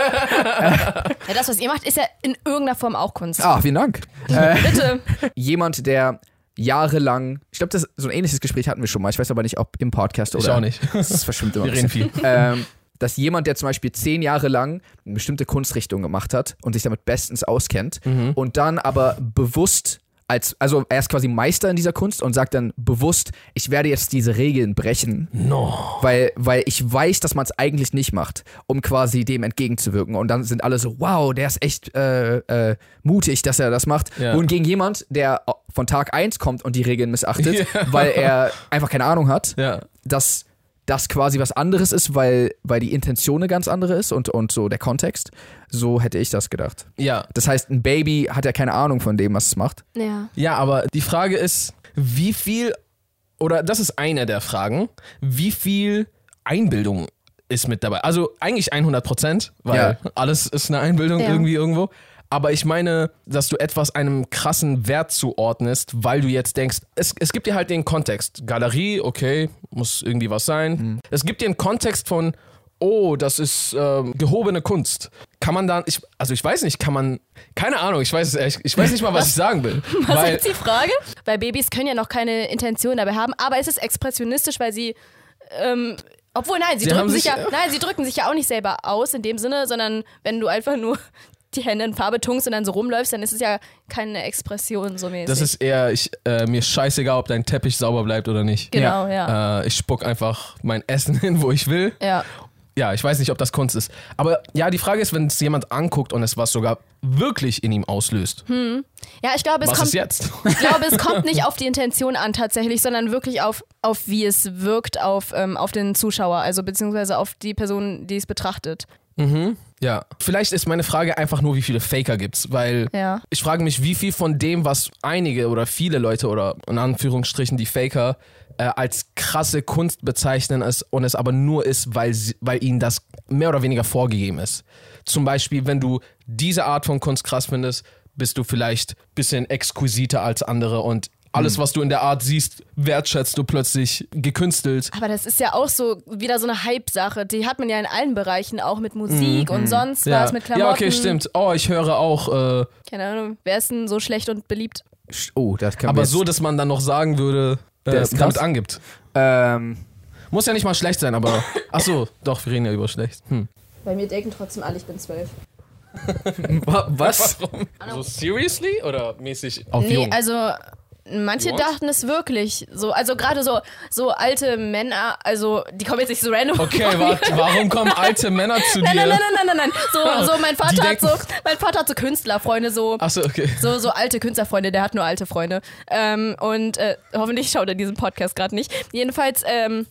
S3: das, was ihr macht, ist ja in irgendeiner Form auch Kunst.
S2: ah, vielen Dank.
S3: Bitte.
S2: Jemand, der jahrelang, ich glaube, das- so ein ähnliches Gespräch hatten wir schon mal. Ich weiß aber nicht, ob im Podcast oder.
S1: Ich auch nicht.
S2: Das verschwimmt immer.
S1: Wir
S2: ein
S1: reden
S2: bisschen.
S1: viel.
S2: ähm, dass jemand, der zum Beispiel zehn Jahre lang eine bestimmte Kunstrichtung gemacht hat und sich damit bestens auskennt
S1: Mhm.
S2: und dann aber bewusst als, also er ist quasi Meister in dieser Kunst und sagt dann bewusst, ich werde jetzt diese Regeln brechen,
S1: No.
S2: weil, weil ich weiß, dass man es eigentlich nicht macht, um quasi dem entgegenzuwirken. Und dann sind alle so, wow, der ist echt äh, äh, mutig, dass er das macht.
S1: Ja.
S2: Wohingegen jemand, der von Tag 1 kommt und die Regeln missachtet, weil er einfach keine Ahnung hat,
S1: Ja.
S2: dass das quasi was anderes ist, weil, weil die Intention eine ganz andere ist und, und so der Kontext. So hätte ich das gedacht.
S1: Ja,
S2: Das heißt, ein Baby hat ja keine Ahnung von dem, was es macht.
S3: Ja.
S1: Ja, aber die Frage ist, wie viel, oder das ist eine der Fragen, wie viel Einbildung ist mit dabei? Also eigentlich 100 Prozent, weil alles ist eine Einbildung
S3: Ja.
S1: irgendwie irgendwo. Aber ich meine, dass du etwas einem krassen Wert zuordnest, weil du jetzt denkst, es, es gibt dir halt den Kontext. Galerie, okay, muss irgendwie was sein. Es gibt dir einen Kontext von, oh, das ist ähm, gehobene Kunst. Kann man dann, ich, also ich weiß nicht, kann man, keine Ahnung, ich weiß es ehrlich, ich weiß nicht mal, was ich sagen will.
S3: Was
S1: weil,
S3: ist die Frage? Weil Babys können ja noch keine Intention dabei haben, aber es ist expressionistisch, weil sie. Ähm, obwohl, nein, sie,
S1: Sie
S3: drücken
S1: haben
S3: sich,
S1: sich- äh,
S3: ja, nein, sie drücken sich ja auch nicht selber aus in dem Sinne, sondern wenn du einfach nur die Hände in Farbe tunkst und dann so rumläufst, dann ist es ja keine Expression so mäßig.
S1: Das ist eher, ich, äh, mir ist scheißegal, ob dein Teppich sauber bleibt oder nicht.
S3: Genau, ja.
S1: Äh, ich spuck einfach mein Essen hin, wo ich will.
S3: Ja.
S1: Ja, ich weiß nicht, ob das Kunst ist. Aber ja, die Frage ist, wenn es jemand anguckt und es was sogar wirklich in ihm auslöst.
S3: Ja, ich glaube, Hm. es
S1: was
S3: kommt
S1: ist jetzt?
S3: Ich glaube, es kommt nicht auf die Intention an tatsächlich, sondern wirklich auf, auf wie es wirkt auf, ähm, auf den Zuschauer, also beziehungsweise auf die Person, die es betrachtet.
S1: ja. Vielleicht ist meine Frage einfach nur, wie viele Faker gibt's, weil
S3: Ja.
S1: ich frage mich, wie viel von dem, was einige oder viele Leute oder in Anführungsstrichen die Faker äh, als krasse Kunst bezeichnen es, und es aber nur ist, weil, sie, weil ihnen das mehr oder weniger vorgegeben ist. Zum Beispiel, wenn du diese Art von Kunst krass findest, bist du vielleicht ein bisschen exquisiter als andere und alles, was du in der Art siehst, wertschätzt du plötzlich gekünstelt.
S3: Aber das ist ja auch so wieder so eine Hype-Sache. Die hat man ja in allen Bereichen, auch mit Musik und sonst was, mit Klamotten.
S1: Mhm. ja, okay, stimmt. Oh, ich höre auch. Äh,
S3: Keine Ahnung, wer ist denn so schlecht und beliebt?
S2: Sch- Oh, das kann
S1: Aber
S2: man
S1: so, dass man dann noch sagen würde,
S2: Der
S1: äh,
S2: ist
S1: damit
S2: krass.
S1: angibt.
S2: Ähm,
S1: Muss ja nicht mal schlecht sein, aber. Ach so, doch, wir reden ja über schlecht. Hm.
S3: Bei mir denken trotzdem alle, ich bin zwölf.
S2: was?
S1: Warum? So seriously oder mäßig auf
S3: Nee,
S1: jung?
S3: also manche
S1: What?
S3: dachten es wirklich so. Also gerade so, so alte Männer, also die kommen jetzt nicht so random.
S1: okay, warte, warum kommen alte Männer zu dir?
S3: Nein, nein, nein, nein, nein, nein, nein. So, so mein
S1: Die
S3: Vater hat
S1: denken-
S3: so, mein Vater hat so Künstlerfreunde, so,
S1: Ach so, okay.
S3: so, so alte Künstlerfreunde, der hat nur alte Freunde. Ähm, und äh, hoffentlich schaut er diesen Podcast gerade nicht. Jedenfalls, ähm,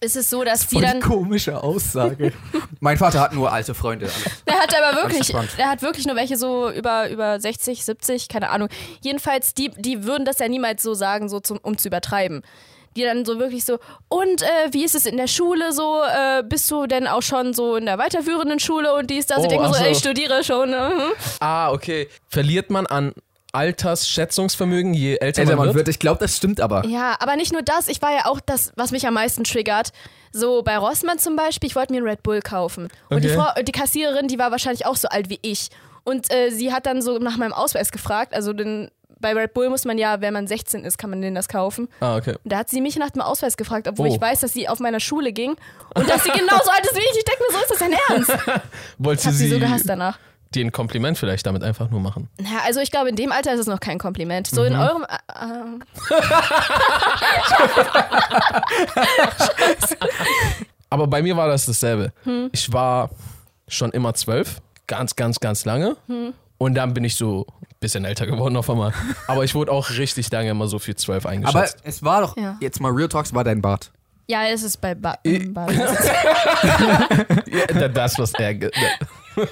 S3: ist es so, dass die
S2: Voll die
S3: dann.
S2: komische Aussage. mein Vater hat nur alte Freunde.
S3: Der hat aber wirklich,
S2: gespannt.
S3: der hat wirklich nur welche so über, über 60, 70, keine Ahnung. Jedenfalls, die, die würden das ja niemals so sagen, so zum, um zu übertreiben. Die dann so wirklich so, und äh, wie ist es in der Schule so? Äh, bist du denn auch schon so in der weiterführenden Schule und dies, das?
S1: Oh,
S3: ich denke mir so,
S1: ach
S3: ey, ich
S1: so.
S3: studiere schon. Mhm.
S1: Ah, okay. Verliert man an Altersschätzungsvermögen, je älter,
S2: Älter
S1: man
S2: man
S1: wird?
S2: wird, ich glaube, das stimmt aber.
S3: Ja, aber nicht nur das, ich war ja auch das, was mich am meisten triggert. So bei Rossmann zum Beispiel, ich wollte mir einen Red Bull kaufen. Und die,
S1: Okay.
S3: Frau, die Kassiererin, die war wahrscheinlich auch so alt wie ich. Und äh, sie hat dann so nach meinem Ausweis gefragt. Also den, bei Red Bull muss man ja, wenn man 16 ist, kann man denen das kaufen.
S1: Ah, okay.
S3: Und da hat sie mich nach dem Ausweis gefragt, obwohl
S1: Oh.
S3: ich weiß, dass sie auf meiner Schule ging und dass sie genauso alt ist wie ich. Ich denke mir, so ist das dein Ernst. Ich
S1: Wollte
S3: hab sie
S1: sie,
S3: so gehasst danach.
S1: dir ein Kompliment vielleicht damit einfach nur machen?
S3: Na, also ich glaube, in dem Alter ist es noch kein Kompliment. So
S1: Mhm.
S3: in eurem. Äh, äh,
S1: Aber bei mir war das dasselbe.
S2: Hm.
S1: Ich war schon immer zwölf, ganz, ganz, ganz lange.
S2: Hm.
S1: Und dann bin ich so ein bisschen älter geworden auf einmal. Aber ich wurde auch richtig lange immer so viel zwölf
S2: Aber
S1: eingeschätzt.
S2: es war doch,
S3: Ja.
S2: jetzt mal Real Talks, war dein Bart.
S3: ja, es ist bei ba Barbie.
S1: Da- das, was er. ge- ne.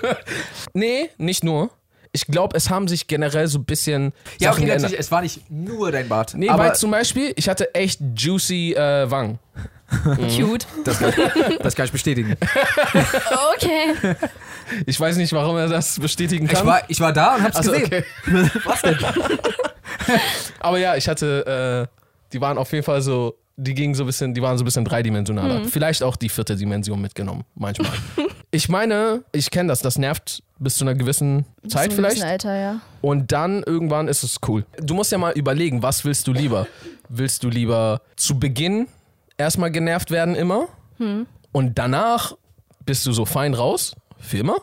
S1: nee, nicht nur. Ich glaube, es haben sich generell so ein bisschen.
S2: Ja,
S1: Sachen
S2: okay,
S1: geändert.
S2: natürlich, es war nicht nur dein Bart.
S1: Nee,
S2: aber
S1: weil zum Beispiel, ich hatte echt juicy äh, Wangen.
S3: Cute.
S2: das, kann, das kann ich bestätigen.
S3: Okay.
S1: Ich weiß nicht, warum er das bestätigen kann.
S2: Ich war, ich war da und hab's
S1: Also,
S2: gesehen.
S1: okay. Aber ja, ich hatte, äh, die waren auf jeden Fall so, die gingen so ein bisschen, die waren so ein bisschen dreidimensionaler. Vielleicht auch die vierte Dimension mitgenommen, manchmal. ich meine, ich kenne das, das nervt bis zu einer gewissen Zeit
S3: Zum
S1: vielleicht.
S3: gewissen Alter, ja.
S1: Und dann irgendwann ist es cool. Du musst ja mal überlegen, was willst du lieber? Willst du lieber zu Beginn erstmal genervt werden immer und danach bist du so fein raus, für immer?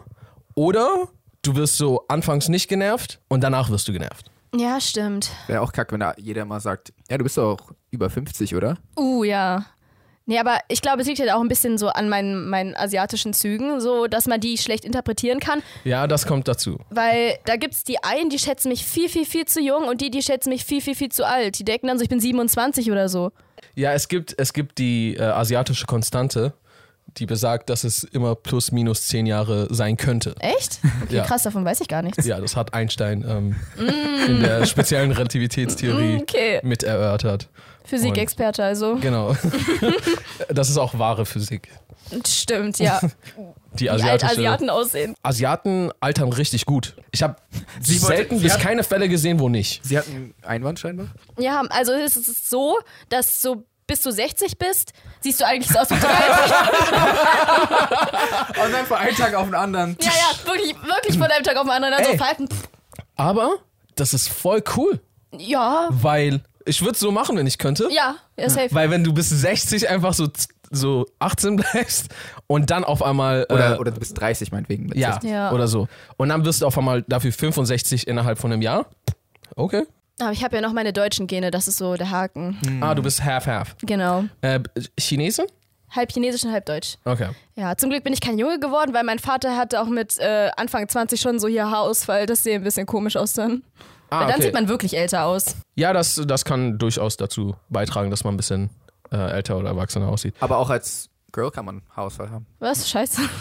S1: Oder du wirst so anfangs nicht genervt und danach wirst du genervt?
S3: Ja, stimmt.
S2: Wäre auch kacke, wenn da jeder mal sagt, ja, du bist doch über 50, oder?
S3: Uh, ja. Nee, aber ich glaube, es liegt halt auch ein bisschen so an meinen, meinen asiatischen Zügen, so dass man die schlecht interpretieren kann,
S1: Ja, das kommt dazu.
S3: weil da gibt es die einen, die schätzen mich viel, viel, viel zu jung und die, die schätzen mich viel, viel, viel zu alt. Die denken dann so, ich bin 27 oder so.
S1: Ja, es gibt, es gibt die äh, asiatische Konstante, die besagt, dass es immer plus minus zehn Jahre sein könnte.
S3: Echt? Okay,
S1: Ja.
S3: krass, davon weiß ich gar nichts.
S1: Ja, das hat Einstein ähm, in der speziellen Relativitätstheorie
S3: Okay.
S1: mit erörtert.
S3: Physikexperte, also.
S1: Genau. das ist auch wahre Physik.
S3: Stimmt, ja.
S1: Die
S3: Wie alt
S1: asiatische.
S3: Asiaten aussehen.
S1: Asiaten altern richtig gut. Ich habe
S2: Sie wollte-
S1: selten
S2: sie
S1: bis
S2: hat-
S1: keine Fälle gesehen, wo nicht.
S2: Sie hatten einen Einwand scheinbar.
S3: Ja, also es ist so, dass so bis du 60 bist, siehst du eigentlich so aus wie
S2: Und
S3: 30.
S2: dann Oh von einem Tag auf den anderen.
S3: Ja, ja, wirklich, wirklich von einem Tag auf den anderen. Also
S2: Ey.
S3: Falten, pff,
S1: Aber das ist voll cool,
S3: ja,
S1: weil ich würde es so machen, wenn ich könnte.
S3: ja, ja, safe.
S1: Weil wenn du bis 60 einfach so, so 18 bleibst und dann auf einmal...
S2: Oder,
S1: äh,
S2: oder du bist 30 meinetwegen. Mit
S1: ja,
S2: 60.
S3: Ja.
S1: oder so. Und dann wirst du auf einmal dafür 65 innerhalb von einem Jahr. Okay.
S3: Aber ich habe ja noch meine deutschen Gene, das ist so der Haken.
S1: Ah, du
S2: Mhm.
S1: bist half-half.
S3: Genau.
S1: Äh, Chinesin?
S3: Halb chinesisch und halb deutsch.
S1: Okay.
S3: Ja, zum Glück bin ich kein Junge geworden, weil mein Vater hatte auch mit äh, Anfang 20 schon so hier Haarausfall. Das sieht ein bisschen komisch aus dann.
S1: Ah,
S3: weil dann
S1: okay.
S3: sieht man wirklich älter aus.
S1: Ja, das, das kann durchaus dazu beitragen, dass man ein bisschen äh, älter oder erwachsener aussieht.
S2: Aber auch als Girl kann man Haarausfall haben.
S3: Was? Scheiße. Nein,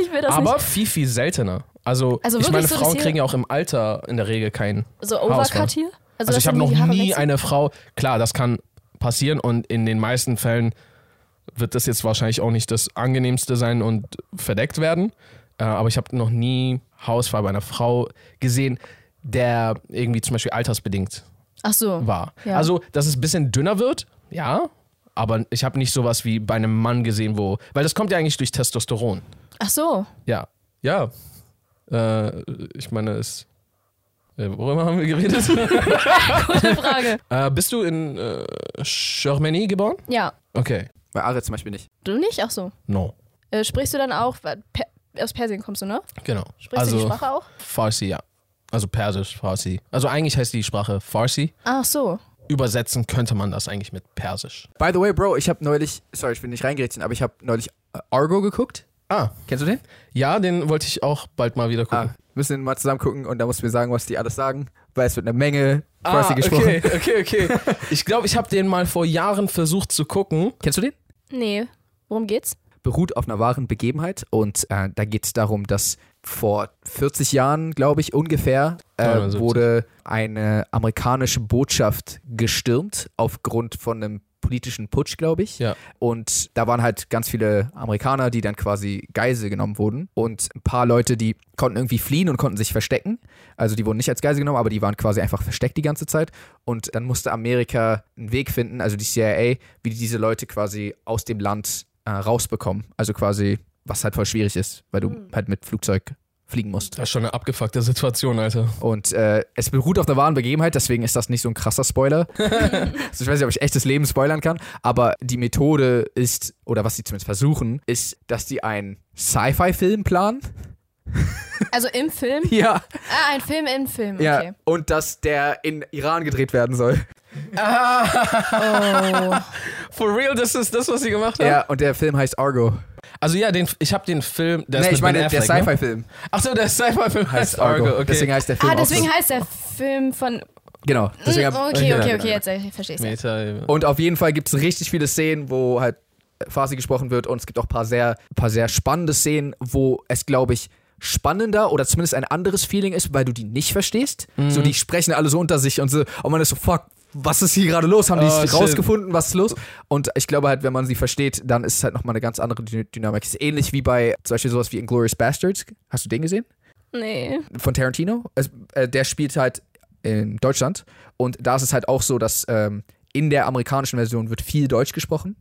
S3: ich will das
S1: Aber
S3: nicht.
S1: viel, viel seltener. Also,
S3: Also
S1: ich
S3: wirklich
S1: meine,
S3: so, dass
S1: Frauen
S3: hier-
S1: kriegen ja auch im Alter in der Regel keinen.
S3: So
S1: Haarausfall.
S3: Overcut hier?
S1: Also,
S3: dass
S1: ich habe
S3: dann
S1: noch
S3: die Haare
S1: nie
S3: wechseln?
S1: eine Frau. Klar, das kann passieren und in den meisten Fällen wird das jetzt wahrscheinlich auch nicht das angenehmste sein und verdeckt werden. Äh, aber ich habe noch nie Hausfall bei einer Frau gesehen, der irgendwie zum Beispiel altersbedingt
S3: Ach so.
S1: war.
S3: Ja.
S1: Also, dass es ein bisschen dünner wird, ja. Aber ich habe nicht sowas wie bei einem Mann gesehen, wo. Weil das kommt ja eigentlich durch Testosteron.
S3: Ach so.
S1: Ja. Ja. Äh, ich meine, es. Äh, worüber haben wir geredet?
S3: Gute Frage.
S1: äh, bist du in äh, Germany geboren?
S3: ja.
S1: Okay.
S2: Bei Ares zum Beispiel nicht.
S3: Du nicht? Ach so.
S1: No.
S3: Äh, sprichst du dann auch, per aus Persien kommst du, ne?
S1: Genau.
S3: Sprichst du die
S1: also
S3: Sprache auch?
S1: Farsi, ja. Also Persisch, Farsi. Also eigentlich heißt die Sprache Farsi.
S3: Ach so.
S1: Übersetzen könnte man das eigentlich mit Persisch.
S2: By the way, Bro, ich habe neulich, sorry, ich will nicht reingerätschen, aber ich habe neulich äh, Argo geguckt.
S1: Ah.
S2: Kennst du den?
S1: Ja, den wollte ich auch bald mal wieder
S2: Ah,
S1: gucken.
S2: müssen den mal zusammen gucken und da musst du mir sagen, was die alles sagen, weil es wird eine Menge
S1: Ah,
S2: Farsi gesprochen.
S1: okay, okay, okay. ich glaube, ich habe den mal vor Jahren versucht zu gucken.
S2: Kennst du den?
S3: Nee. Worum geht's?
S2: beruht auf einer wahren Begebenheit und äh, da geht es darum, dass vor 40 Jahren, glaube ich, ungefähr, äh,
S1: 79.
S2: wurde eine amerikanische Botschaft gestürmt aufgrund von einem politischen Putsch, glaube ich.
S1: Ja.
S2: Und da waren halt ganz viele Amerikaner, die dann quasi Geisel genommen wurden. Und ein paar Leute, die konnten irgendwie fliehen und konnten sich verstecken. Also die wurden nicht als Geisel genommen, aber die waren quasi einfach versteckt die ganze Zeit. Und dann musste Amerika einen Weg finden, also die CIA, wie die diese Leute quasi aus dem Land äh, rausbekommen. Also quasi, was halt voll schwierig ist, weil du halt mit Flugzeug fliegen musst.
S1: Das ist schon eine abgefuckte Situation, Alter.
S2: Und äh, es beruht auf einer wahren Begebenheit, deswegen ist das nicht so ein krasser Spoiler. also ich weiß nicht, ob ich echtes Leben spoilern kann, aber die Methode ist, oder was sie zumindest versuchen, ist, dass die einen Sci-Fi-Film planen.
S3: Also im Film?
S2: Ja.
S3: Ah, ein Film im Film.
S2: ja.
S3: Okay.
S2: Und dass der in Iran gedreht werden soll.
S3: Oh. Ah,
S1: For real, das ist das, was sie gemacht haben?
S2: Ja, und der Film heißt Argo.
S1: Also ja, den, ich habe den Film, der ist
S2: Nee,
S1: mit
S2: ich meine,
S1: ben Affleck,
S2: der
S1: ne?
S2: Sci-Fi-Film
S1: Achso, der Sci-Fi-Film heißt
S2: heißt Argo.
S1: Argo, okay.
S2: Deswegen heißt der Film
S3: Ah, deswegen
S2: auch
S3: heißt der Film von.
S2: so. Genau. Deswegen hab-
S3: okay,
S2: Genau.
S3: okay, okay, jetzt äh, verstehe ich
S1: Meta,
S2: Und auf jeden Fall gibt es richtig viele Szenen, wo halt Farsi gesprochen wird und es gibt auch ein paar sehr, paar sehr spannende Szenen, wo es, glaube ich, spannender oder zumindest ein anderes Feeling ist, weil du die nicht verstehst.
S1: Mhm.
S2: So, die sprechen alle so unter sich und so, und man ist so, fuck, was ist hier gerade los? Haben die
S1: Oh,
S2: es
S1: shit.
S2: rausgefunden, was ist los? Und ich glaube halt, wenn man sie versteht, dann ist es halt nochmal eine ganz andere Dy- Dynamik. Ist ähnlich wie bei zum Beispiel sowas wie Inglourious Bastards. Hast du den gesehen?
S3: Nee.
S2: von Tarantino. Es, äh, der spielt halt in Deutschland. Und da ist es halt auch so, dass ähm, in der amerikanischen Version wird viel Deutsch gesprochen.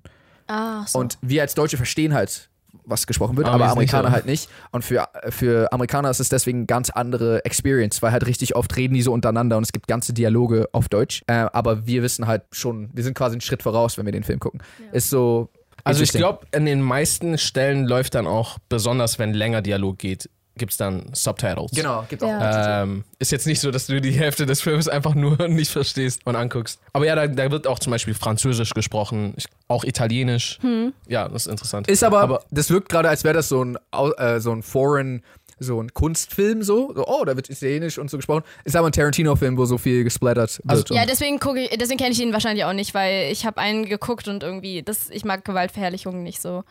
S3: Ah, so.
S2: Und wir als Deutsche verstehen halt, was gesprochen wird,
S1: Aber
S2: aber
S1: wir sind nicht
S2: Amerikaner
S1: so.
S2: halt nicht. Und für, für Amerikaner ist es deswegen eine ganz andere Experience, weil halt richtig oft reden die so untereinander und es gibt ganze Dialoge auf Deutsch. Äh, aber wir wissen halt schon, wir sind quasi einen Schritt voraus, wenn wir den Film gucken. Ist so.
S1: also ich
S2: interesting.
S1: glaube, an den meisten Stellen läuft dann auch, besonders wenn länger Dialog geht, gibt's dann Subtitles.
S2: Genau, gibt auch.
S3: Ja.
S1: Ähm, ist jetzt nicht so, dass du die Hälfte des Films einfach nur nicht verstehst und anguckst. Aber ja, da, da wird auch zum Beispiel Französisch gesprochen, ich, auch Italienisch. Ja, das ist interessant.
S2: Ist aber,
S1: Aber-
S2: das wirkt gerade, als wäre das so ein, Au- äh, so ein Foreign, so ein Kunstfilm so. so. Oh, da wird Italienisch und so gesprochen. Ist aber ein Tarantino-Film, wo so viel gesplattert wird.
S1: Also-
S2: und
S3: Ja, deswegen gucke ich, deswegen kenne ich ihn wahrscheinlich auch nicht, weil ich habe einen geguckt und irgendwie, das, ich mag Gewaltverherrlichungen nicht so.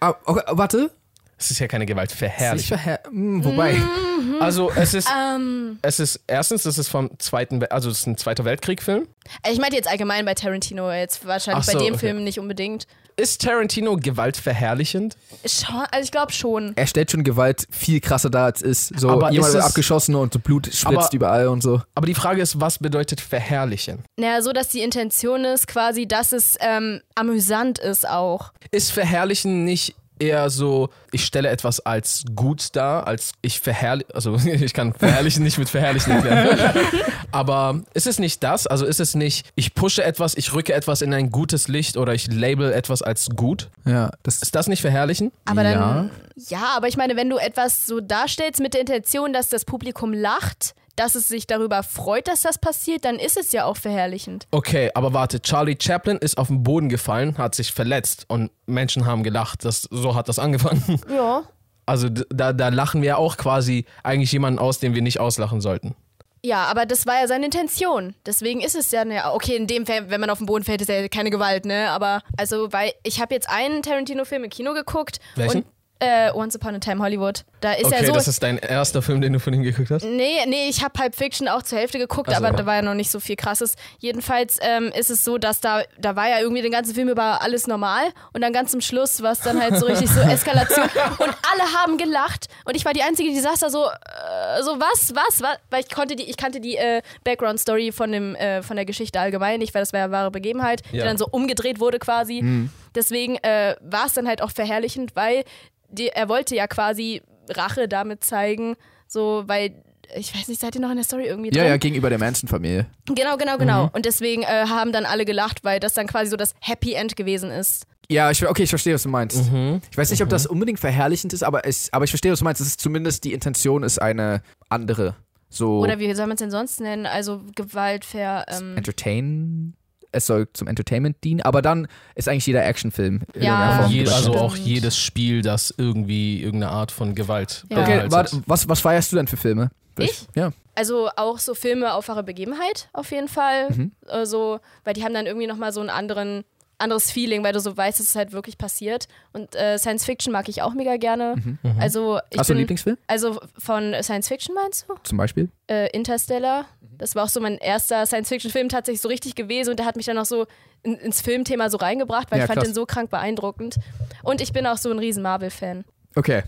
S2: ah, okay, warte.
S1: es ist ja keine
S2: Nicht
S1: Gewaltverherrlichung.
S2: verher hm, wobei,
S3: Mhm.
S1: Also es ist,
S3: Ähm,
S1: es ist erstens, es ist vom zweiten, Wel- also es ist ein Zweiter Weltkrieg-Film.
S3: Äh, ich meinte jetzt allgemein bei Tarantino, jetzt wahrscheinlich
S1: Ach so,
S3: bei dem
S1: okay.
S3: Film nicht unbedingt.
S1: Ist Tarantino gewaltverherrlichend?
S3: Schon, also ich glaube schon.
S2: er stellt schon Gewalt viel krasser dar, als es ist. So,
S1: Aber
S2: jemand
S1: ist
S2: wird
S1: es-
S2: abgeschossen und so Blut spritzt
S1: Aber-
S2: überall und so.
S1: Aber die Frage ist, was bedeutet verherrlichen?
S3: Naja, so dass die Intention ist quasi, dass es ähm, amüsant ist auch.
S1: Ist verherrlichen nicht eher so, ich stelle etwas als gut dar, als ich verherrliche, also ich kann verherrlichen nicht mit verherrlichen erklären. Aber ist es nicht das? Also ist es nicht, ich pushe etwas, ich rücke etwas in ein gutes Licht oder ich label etwas als gut?
S2: Ja, das
S1: Ist das nicht verherrlichen?
S3: Aber dann. Ja. aber ich meine, wenn du etwas so darstellst mit der Intention, dass das Publikum lacht, dass es sich darüber freut, dass das passiert, dann ist es ja auch verherrlichend.
S1: Okay, aber warte, Charlie Chaplin ist auf den Boden gefallen, hat sich verletzt und Menschen haben gelacht. Das, so hat das angefangen.
S3: Ja.
S1: Also d- da, da lachen wir auch quasi eigentlich jemanden aus, den wir nicht auslachen sollten.
S3: Ja, aber das war ja seine Intention. Deswegen ist es ja, ne, okay, in dem Fall, wenn man auf den Boden fällt, ist ja keine Gewalt, ne? Aber, also, weil ich habe jetzt einen Tarantino-Film im Kino geguckt.
S1: Welchen?
S3: Und, äh, Once Upon a Time Hollywood. Da ist
S1: okay,
S3: ja so.
S1: das ist dein erster Film, den du von ihm geguckt hast?
S3: Nee, nee, ich habe Pulp Fiction auch zur Hälfte geguckt,
S1: Ach so,
S3: aber
S1: ja.
S3: da war ja noch nicht so viel krasses. Jedenfalls ähm, ist es so, dass da, da war ja irgendwie den ganzen Film über alles normal und dann ganz zum Schluss war es dann halt so richtig so Eskalation und alle haben gelacht und ich war die Einzige, die saß da so, äh, so was, was, was, weil ich konnte die, ich kannte die äh, Background-Story von, dem, äh, von der Geschichte allgemein nicht, weil das war ja wahre Begebenheit, die
S1: Ja. Mhm.
S3: dann so umgedreht wurde quasi. Deswegen äh, war es dann halt auch verherrlichend, weil die, er wollte ja quasi Rache damit zeigen, so, weil, ich weiß nicht, seid ihr noch in der Story irgendwie
S2: ja, Mhm.
S3: drin?
S2: ja, gegenüber der Manson-Familie.
S3: Genau, genau, genau. Und deswegen äh, haben dann alle gelacht, weil das dann quasi so das Happy End gewesen ist.
S2: Ja, ich, okay, ich verstehe, was du meinst.
S1: Mhm.
S2: Ich weiß nicht, ob das unbedingt verherrlichend ist, aber, es, aber ich verstehe, was du meinst. Es ist zumindest die Intention ist eine andere. So
S3: Oder wie soll man es denn sonst nennen? Also Gewalt, fair, ähm,
S2: Entertain. Es soll zum Entertainment dienen, aber dann ist eigentlich jeder Actionfilm in irgendeiner
S3: Ja.
S2: Form.
S3: Je-
S1: Je,
S2: gewesen.
S1: also
S3: Stimmt.
S1: auch jedes Spiel, das irgendwie irgendeine Art von Gewalt
S3: Ja.
S2: okay,
S1: beinhaltet.
S2: warte, was, was feierst du denn für Filme?
S3: Ich?
S2: Ja.
S3: also auch so
S2: Mhm.
S3: Also, Filme auf wahre Begebenheit auf jeden Fall. Äh, so, weil die haben dann irgendwie nochmal so einen anderen, anderes Feeling, weil du so weißt, dass es halt wirklich passiert. Und äh, Science Fiction mag ich auch mega gerne. Also ich
S2: Mhm. Hast du einen
S3: bin-
S2: Lieblingsfilm
S3: Also von Science Fiction meinst du?
S2: zum Beispiel?
S3: Äh, Interstellar.
S1: Mhm.
S3: Das war auch so mein erster Science-Fiction-Film tatsächlich so richtig gewesen und der hat mich dann auch so in, ins Filmthema so reingebracht, weil
S2: Ja,
S3: ich fand
S2: krass.
S3: den so krank beeindruckend. Und ich bin auch so ein riesen Marvel-Fan.
S2: Okay.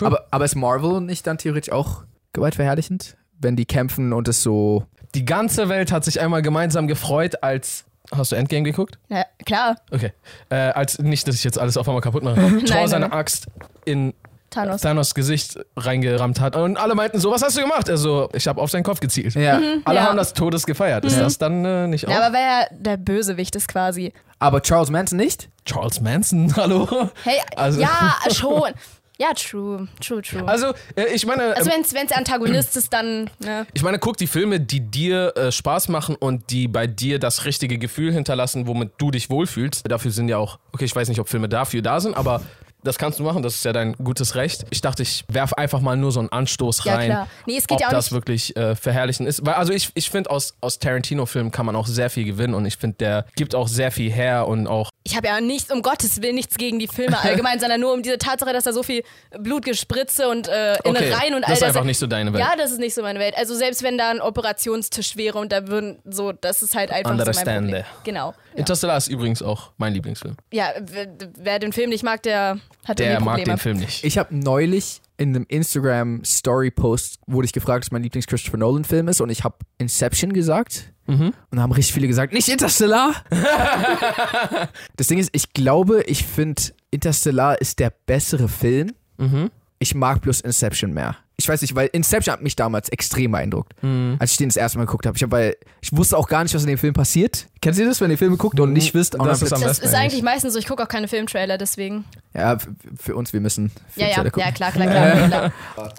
S1: Cool.
S2: Aber, aber ist Marvel nicht dann theoretisch auch gewaltverherrlichend? Wenn die kämpfen und es so.
S1: Die ganze Welt hat sich einmal gemeinsam gefreut, als. Hast du Endgame geguckt?
S3: Na klar,
S1: Okay. Äh, als nicht, dass ich jetzt alles auf einmal kaputt mache. Thor
S3: nein,
S1: seine
S3: nein.
S1: Axt in
S3: Thanos.
S1: Thanos Gesicht reingerammt hat. Und alle meinten so, was hast du gemacht? Also, ich habe auf seinen Kopf gezielt.
S2: Ja.
S1: Alle
S3: Ja. Mhm.
S1: haben das Todes gefeiert. Ist das dann äh, nicht auch?
S3: Ja, aber wer der Bösewicht ist quasi.
S2: Aber Charles Manson nicht?
S1: Charles Manson, hallo?
S3: Hey,
S1: Also-
S3: ja, schon. Ja, true, true, true. Also,
S1: Also, äh, ich meine, äh,
S3: wenn es Antagonist ist, dann, ne?
S1: ich meine, guck die Filme, die dir äh, Spaß machen und die bei dir das richtige Gefühl hinterlassen, womit du dich wohlfühlst. Dafür sind ja auch, okay, ich weiß nicht, ob Filme dafür da sind, aber das kannst du machen, das ist ja dein gutes Recht. Ich dachte, ich werf einfach mal nur so einen Anstoß
S3: Ja,
S1: rein.
S3: klar. Nee, es geht
S1: ob
S3: ja auch
S1: das
S3: nicht-
S1: wirklich äh, verherrlichen ist. Weil, also ich, ich finde, aus, aus Tarantino-Filmen kann man auch sehr viel gewinnen und ich finde, der gibt auch sehr viel her und auch
S3: ich habe ja nichts, um Gottes Willen, nichts gegen die Filme allgemein, sondern nur um diese Tatsache, dass da so viel Blutgespritze und äh,
S1: okay,
S3: Innereien und all
S1: das ist
S3: das.
S1: einfach nicht so deine Welt.
S3: Ja, das ist nicht so meine Welt. Also selbst wenn da ein Operationstisch wäre und da würden so, das ist halt einfach so mein
S1: Understand
S3: Problem.
S1: there.
S3: Genau. Ja.
S1: Interstellar ist übrigens auch mein Lieblingsfilm.
S3: ja, wer wer den Film nicht mag, der hat
S1: Der
S3: irgendwie
S1: mag
S3: Probleme.
S1: den Film nicht.
S2: Ich habe neulich in einem Instagram-Story-Post wurde ich gefragt, was mein Lieblings-Christopher Nolan-Film ist und ich habe Inception gesagt.
S1: Mhm.
S2: Und da haben richtig viele gesagt, nicht Interstellar! das Ding ist, ich glaube, ich finde, Interstellar ist der bessere Film.
S1: Mhm.
S2: Ich mag bloß Inception mehr. Ich weiß nicht, weil Inception hat mich damals extrem beeindruckt,
S1: Mhm.
S2: als ich den das erste Mal geguckt habe. Ich, hab, weil ich wusste auch gar nicht, was in dem Film passiert. Kennst du das, wenn ihr Filme guckt und nicht wisst, und
S1: Mhm. Das
S2: dann
S1: ist am
S2: plötzlich-
S3: Das
S1: besten
S3: ist eigentlich meistens so, ich gucke auch keine Filmtrailer, deswegen.
S2: ja, f- für uns, wir müssen
S3: Ja, ja,
S2: Filmtrailer gucken.
S3: ja, klar, klar, klar, klar.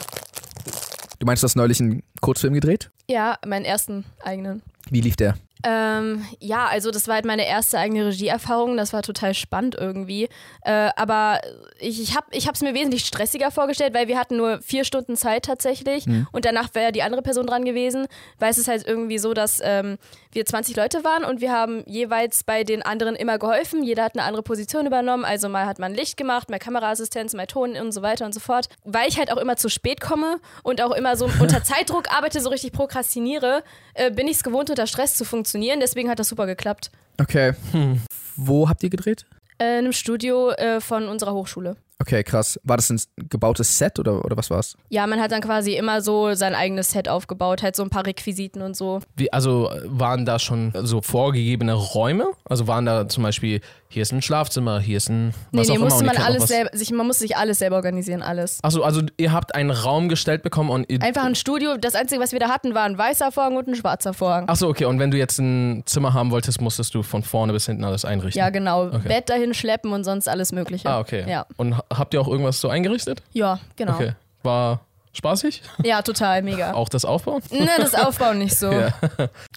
S2: Du meinst, du hast neulich einen Kurzfilm gedreht?
S3: Ja, meinen ersten eigenen.
S2: Wie lief der?
S3: Ähm, ja, also das war halt meine erste eigene Regieerfahrung. Das war total spannend irgendwie. Äh, aber ich, ich habe es mir wesentlich stressiger vorgestellt, weil wir hatten nur vier Stunden Zeit tatsächlich. Und danach wäre die andere Person dran gewesen. Weil es ist halt irgendwie so, dass ähm, wir 20 Leute waren und wir haben jeweils bei den anderen immer geholfen. Jeder hat eine andere Position übernommen. Also mal hat man Licht gemacht, mal Kameraassistenz, mal Ton und so weiter und so fort. Weil ich halt auch immer zu spät komme und auch immer so unter Zeitdruck arbeite, so richtig prokrastiniere, äh, bin ich es gewohnt, unter Stress zu funktionieren. Deswegen hat das super geklappt.
S2: Okay.
S1: Hm.
S2: Wo habt ihr gedreht?
S3: Äh, in einem Studio äh, von unserer Hochschule.
S2: Okay, krass. War das ein gebautes Set oder, oder was war's?
S3: Ja, man hat dann quasi immer so sein eigenes Set aufgebaut, halt so ein paar Requisiten und so.
S1: Wie, also äh, waren da schon so vorgegebene Räume? Also waren da zum Beispiel, hier ist ein Schlafzimmer, hier ist ein.
S3: Nee,
S1: Was
S3: nee,
S1: auch immer.
S3: musste
S1: und ihr
S3: man
S1: könnt auch
S3: alles
S1: was-
S3: selber, sich, man musste sich alles selber organisieren, alles.
S1: Achso, also ihr habt einen Raum gestellt bekommen und ihr.
S3: Einfach ein Studio, das einzige, was wir da hatten, war ein weißer Vorhang und ein schwarzer Vorhang.
S1: Achso, okay, und wenn du jetzt ein Zimmer haben wolltest, musstest du von vorne bis hinten alles einrichten.
S3: Ja, genau.
S1: Okay.
S3: Bett dahin schleppen und sonst alles Mögliche.
S1: Ah, okay.
S3: Ja,
S1: Und ha- habt ihr auch irgendwas so eingerichtet?
S3: ja genau.
S1: Okay. War spaßig?
S3: Ja, total, mega.
S1: Auch das Aufbauen?
S3: Ne, das Aufbauen nicht so.
S1: Ja.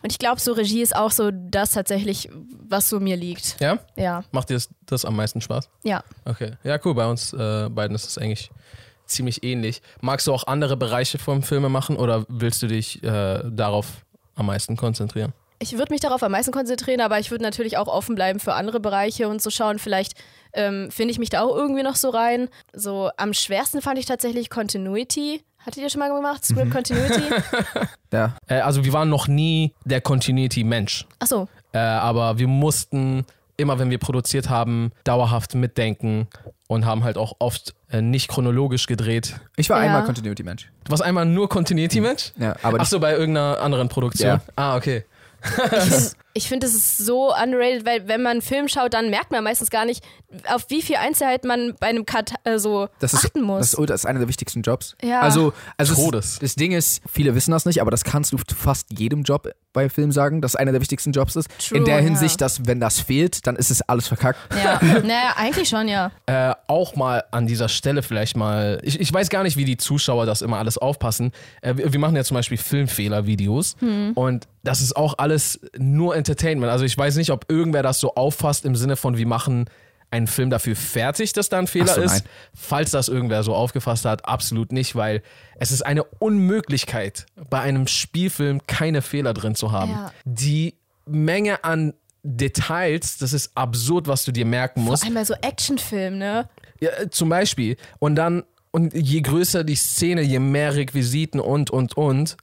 S3: Und ich glaube, so Regie ist auch so das tatsächlich, was so mir liegt.
S1: Ja?
S3: Ja,
S1: Macht dir das, das am meisten Spaß?
S3: ja.
S1: Okay. Ja, cool. Bei uns äh, beiden ist es eigentlich ziemlich ähnlich. Magst du auch andere Bereiche vom Filme machen oder willst du dich äh, darauf am meisten konzentrieren?
S3: Ich würde mich darauf am meisten konzentrieren, aber ich würde natürlich auch offen bleiben für andere Bereiche und so schauen. Vielleicht ähm, finde ich mich da auch irgendwie noch so rein. So am schwersten fand ich tatsächlich Continuity. Hattet ihr schon mal gemacht?
S1: Mhm.
S3: Script Continuity?
S2: Ja.
S1: Äh, also wir waren noch nie der Continuity-Mensch,
S3: Achso,
S1: äh, aber wir mussten immer, wenn wir produziert haben, dauerhaft mitdenken und haben halt auch oft äh, nicht chronologisch gedreht.
S2: Ich war
S3: Ja.
S2: einmal Continuity-Mensch.
S1: Du warst einmal nur Continuity-Mensch?
S2: Ja, aber
S1: Achso, bei irgendeiner anderen Produktion?
S2: Ja.
S1: Ah, okay.
S3: Ich find- Ich finde, das ist so underrated, weil wenn man einen Film schaut, dann merkt man meistens gar nicht, auf wie viel Einzelheiten man bei einem Cut äh, so
S2: das ist,
S3: achten muss.
S2: Das ist, ultra- das ist einer der wichtigsten Jobs.
S3: Ja.
S2: Also, also
S1: Todes.
S2: Das, das Ding ist, viele wissen das nicht, aber das kannst du fast jedem Job bei Film sagen, dass einer der wichtigsten Jobs ist.
S3: True,
S2: In der
S3: ja.
S2: Hinsicht, dass wenn das fehlt, dann ist es alles verkackt.
S3: ja, naja, eigentlich schon, ja.
S1: äh, auch mal an dieser Stelle vielleicht mal, ich, ich weiß gar nicht, wie die Zuschauer das immer alles aufpassen. Äh, wir, wir machen ja zum Beispiel Filmfehler-Videos und das ist auch alles nur Entertainment. Also ich weiß nicht, ob irgendwer das so auffasst im Sinne von, wir machen einen Film dafür fertig, dass da ein Fehler
S2: Ach so,
S1: ist.
S2: nein.
S1: Falls das irgendwer so aufgefasst hat, absolut nicht, weil es ist eine Unmöglichkeit, bei einem Spielfilm keine Fehler drin zu haben.
S3: Ja.
S1: Die Menge an Details, das ist absurd, was du dir merken musst.
S3: Einmal so Actionfilm, ne?
S1: Ja, äh, zum Beispiel. Und dann, und je größer die Szene, je mehr Requisiten und, und, und,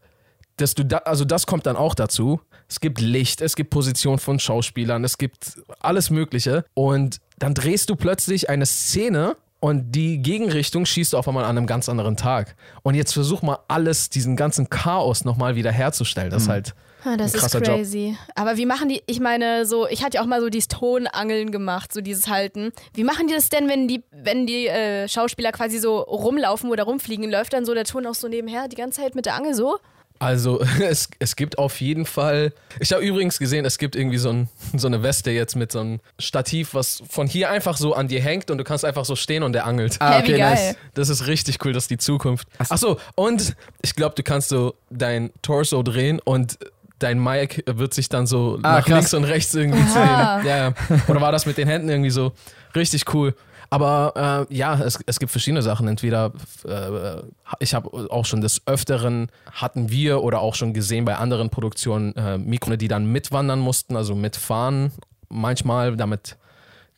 S1: dass du da, also das kommt dann auch dazu. Es gibt Licht, es gibt Position von Schauspielern, es gibt alles Mögliche. Und dann drehst du plötzlich eine Szene und die Gegenrichtung schießt du auf einmal an einem ganz anderen Tag. Und jetzt versuch mal alles, diesen ganzen Chaos nochmal wieder herzustellen. Das ist halt.
S3: Ah, das
S1: Ein
S3: ist
S1: krasser Job.
S3: crazy. Aber wie machen die, ich meine, so, ich hatte ja auch mal so dieses Tonangeln gemacht, so dieses Halten. Wie machen die das denn, wenn die, wenn die äh, Schauspieler quasi so rumlaufen oder rumfliegen, läuft dann so der Ton auch so nebenher die ganze Zeit mit der Angel so?
S1: Also es, es gibt auf jeden Fall. Ich habe übrigens gesehen, es gibt irgendwie so, ein, so eine Weste jetzt mit so einem Stativ, was von hier einfach so an dir hängt und du kannst einfach so stehen und der angelt.
S2: Ah,
S3: Hä, wie geil.
S1: Das ist richtig cool, das ist die Zukunft. Achso, und ich glaube, du kannst so dein Torso drehen und dein Mic wird sich dann so
S2: Ah,
S1: nach
S2: krass.
S1: links und rechts irgendwie ziehen.
S3: Aha.
S1: Ja, ja. Oder war das mit den Händen irgendwie so? Richtig cool. Aber äh, ja, es, es gibt verschiedene Sachen. Entweder, äh, ich habe auch schon des Öfteren, hatten wir oder auch schon gesehen bei anderen Produktionen äh, Mikro, die dann mitwandern mussten, also mitfahren. Manchmal, damit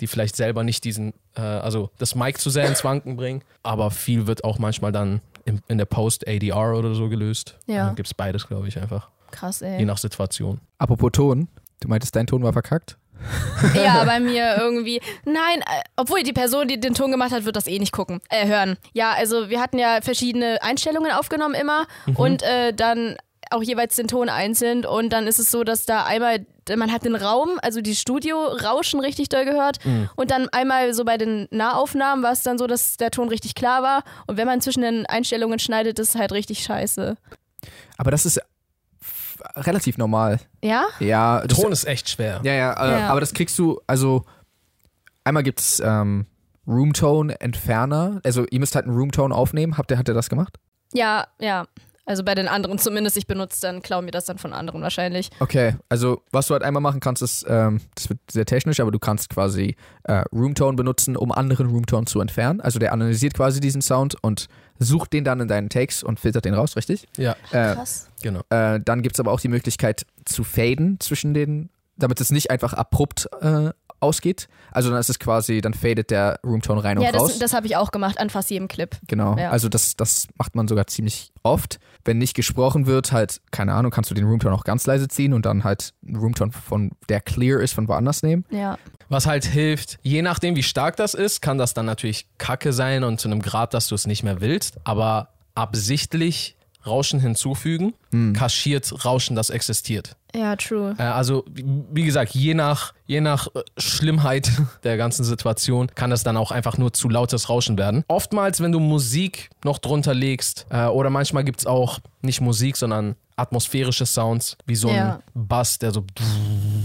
S1: die vielleicht selber nicht diesen, äh, also das Mic zu sehr ins Wanken bringen. Aber viel wird auch manchmal dann im, in der Post-ADR oder so gelöst.
S3: Ja.
S1: Gibt es beides, glaube ich, einfach.
S3: Krass,
S1: Je
S3: ey.
S1: nach Situation.
S2: Apropos Ton, du meintest, dein Ton war verkackt?
S3: Ja, bei mir irgendwie. Nein, äh, obwohl die Person, die den Ton gemacht hat, wird das eh nicht gucken, äh, hören. Ja, also wir hatten ja verschiedene Einstellungen aufgenommen immer und äh, dann auch jeweils den Ton einzeln und dann ist es so, dass da einmal man hat den Raum, also die Studio-Rauschen richtig doll gehört und dann einmal so bei den Nahaufnahmen war es dann so, dass der Ton richtig klar war und wenn man zwischen den Einstellungen schneidet, ist es halt richtig scheiße.
S2: Aber das ist f- relativ normal.
S3: Ja?
S2: Ja, das,
S1: Ton ist echt schwer.
S2: ja, ja, äh,
S3: Ja.
S2: aber das kriegst du, also einmal gibt es ähm, Roomtone-Entferner, also ihr müsst halt einen Roomtone aufnehmen. Habt ihr, hat ihr das gemacht?
S3: Ja, ja. Also bei den anderen zumindest, ich benutze dann, klauen mir das dann von anderen wahrscheinlich.
S2: Okay, also was du halt einmal machen kannst, ist, ähm, das wird sehr technisch, aber du kannst quasi äh, Roomtone benutzen, um anderen Roomtone zu entfernen. Also der analysiert quasi diesen Sound und sucht den dann in deinen Takes und filtert den raus, richtig?
S1: Ja,
S2: Äh,
S3: Krass.
S1: genau.
S2: äh, dann gibt es aber auch die Möglichkeit zu faden zwischen den, damit es nicht einfach abrupt äh, ausgeht. Also dann ist es quasi, dann fadet der Roomtone rein
S3: Ja,
S2: und raus.
S3: das, das habe ich auch gemacht an fast jedem Clip.
S2: Genau.
S3: Ja.
S2: Also das, das macht man sogar ziemlich oft. Wenn nicht gesprochen wird, halt, keine Ahnung, kannst du den Roomtone auch ganz leise ziehen und dann halt einen Roomtone von der clear ist, von woanders nehmen.
S3: Ja.
S1: Was halt hilft, je nachdem, wie stark das ist, kann das dann natürlich kacke sein und zu einem Grad, dass du es nicht mehr willst. Aber absichtlich Rauschen hinzufügen,
S2: Hm.
S1: kaschiert Rauschen, das existiert.
S3: Ja, true.
S1: Äh, also, wie wie gesagt, je nach, je nach äh, Schlimmheit der ganzen Situation kann das dann auch einfach nur zu lautes Rauschen werden. Oftmals, wenn du Musik noch drunter legst, äh, oder manchmal gibt es auch nicht Musik, sondern atmosphärische Sounds, wie so ein
S3: Ja.
S1: Bass, der so.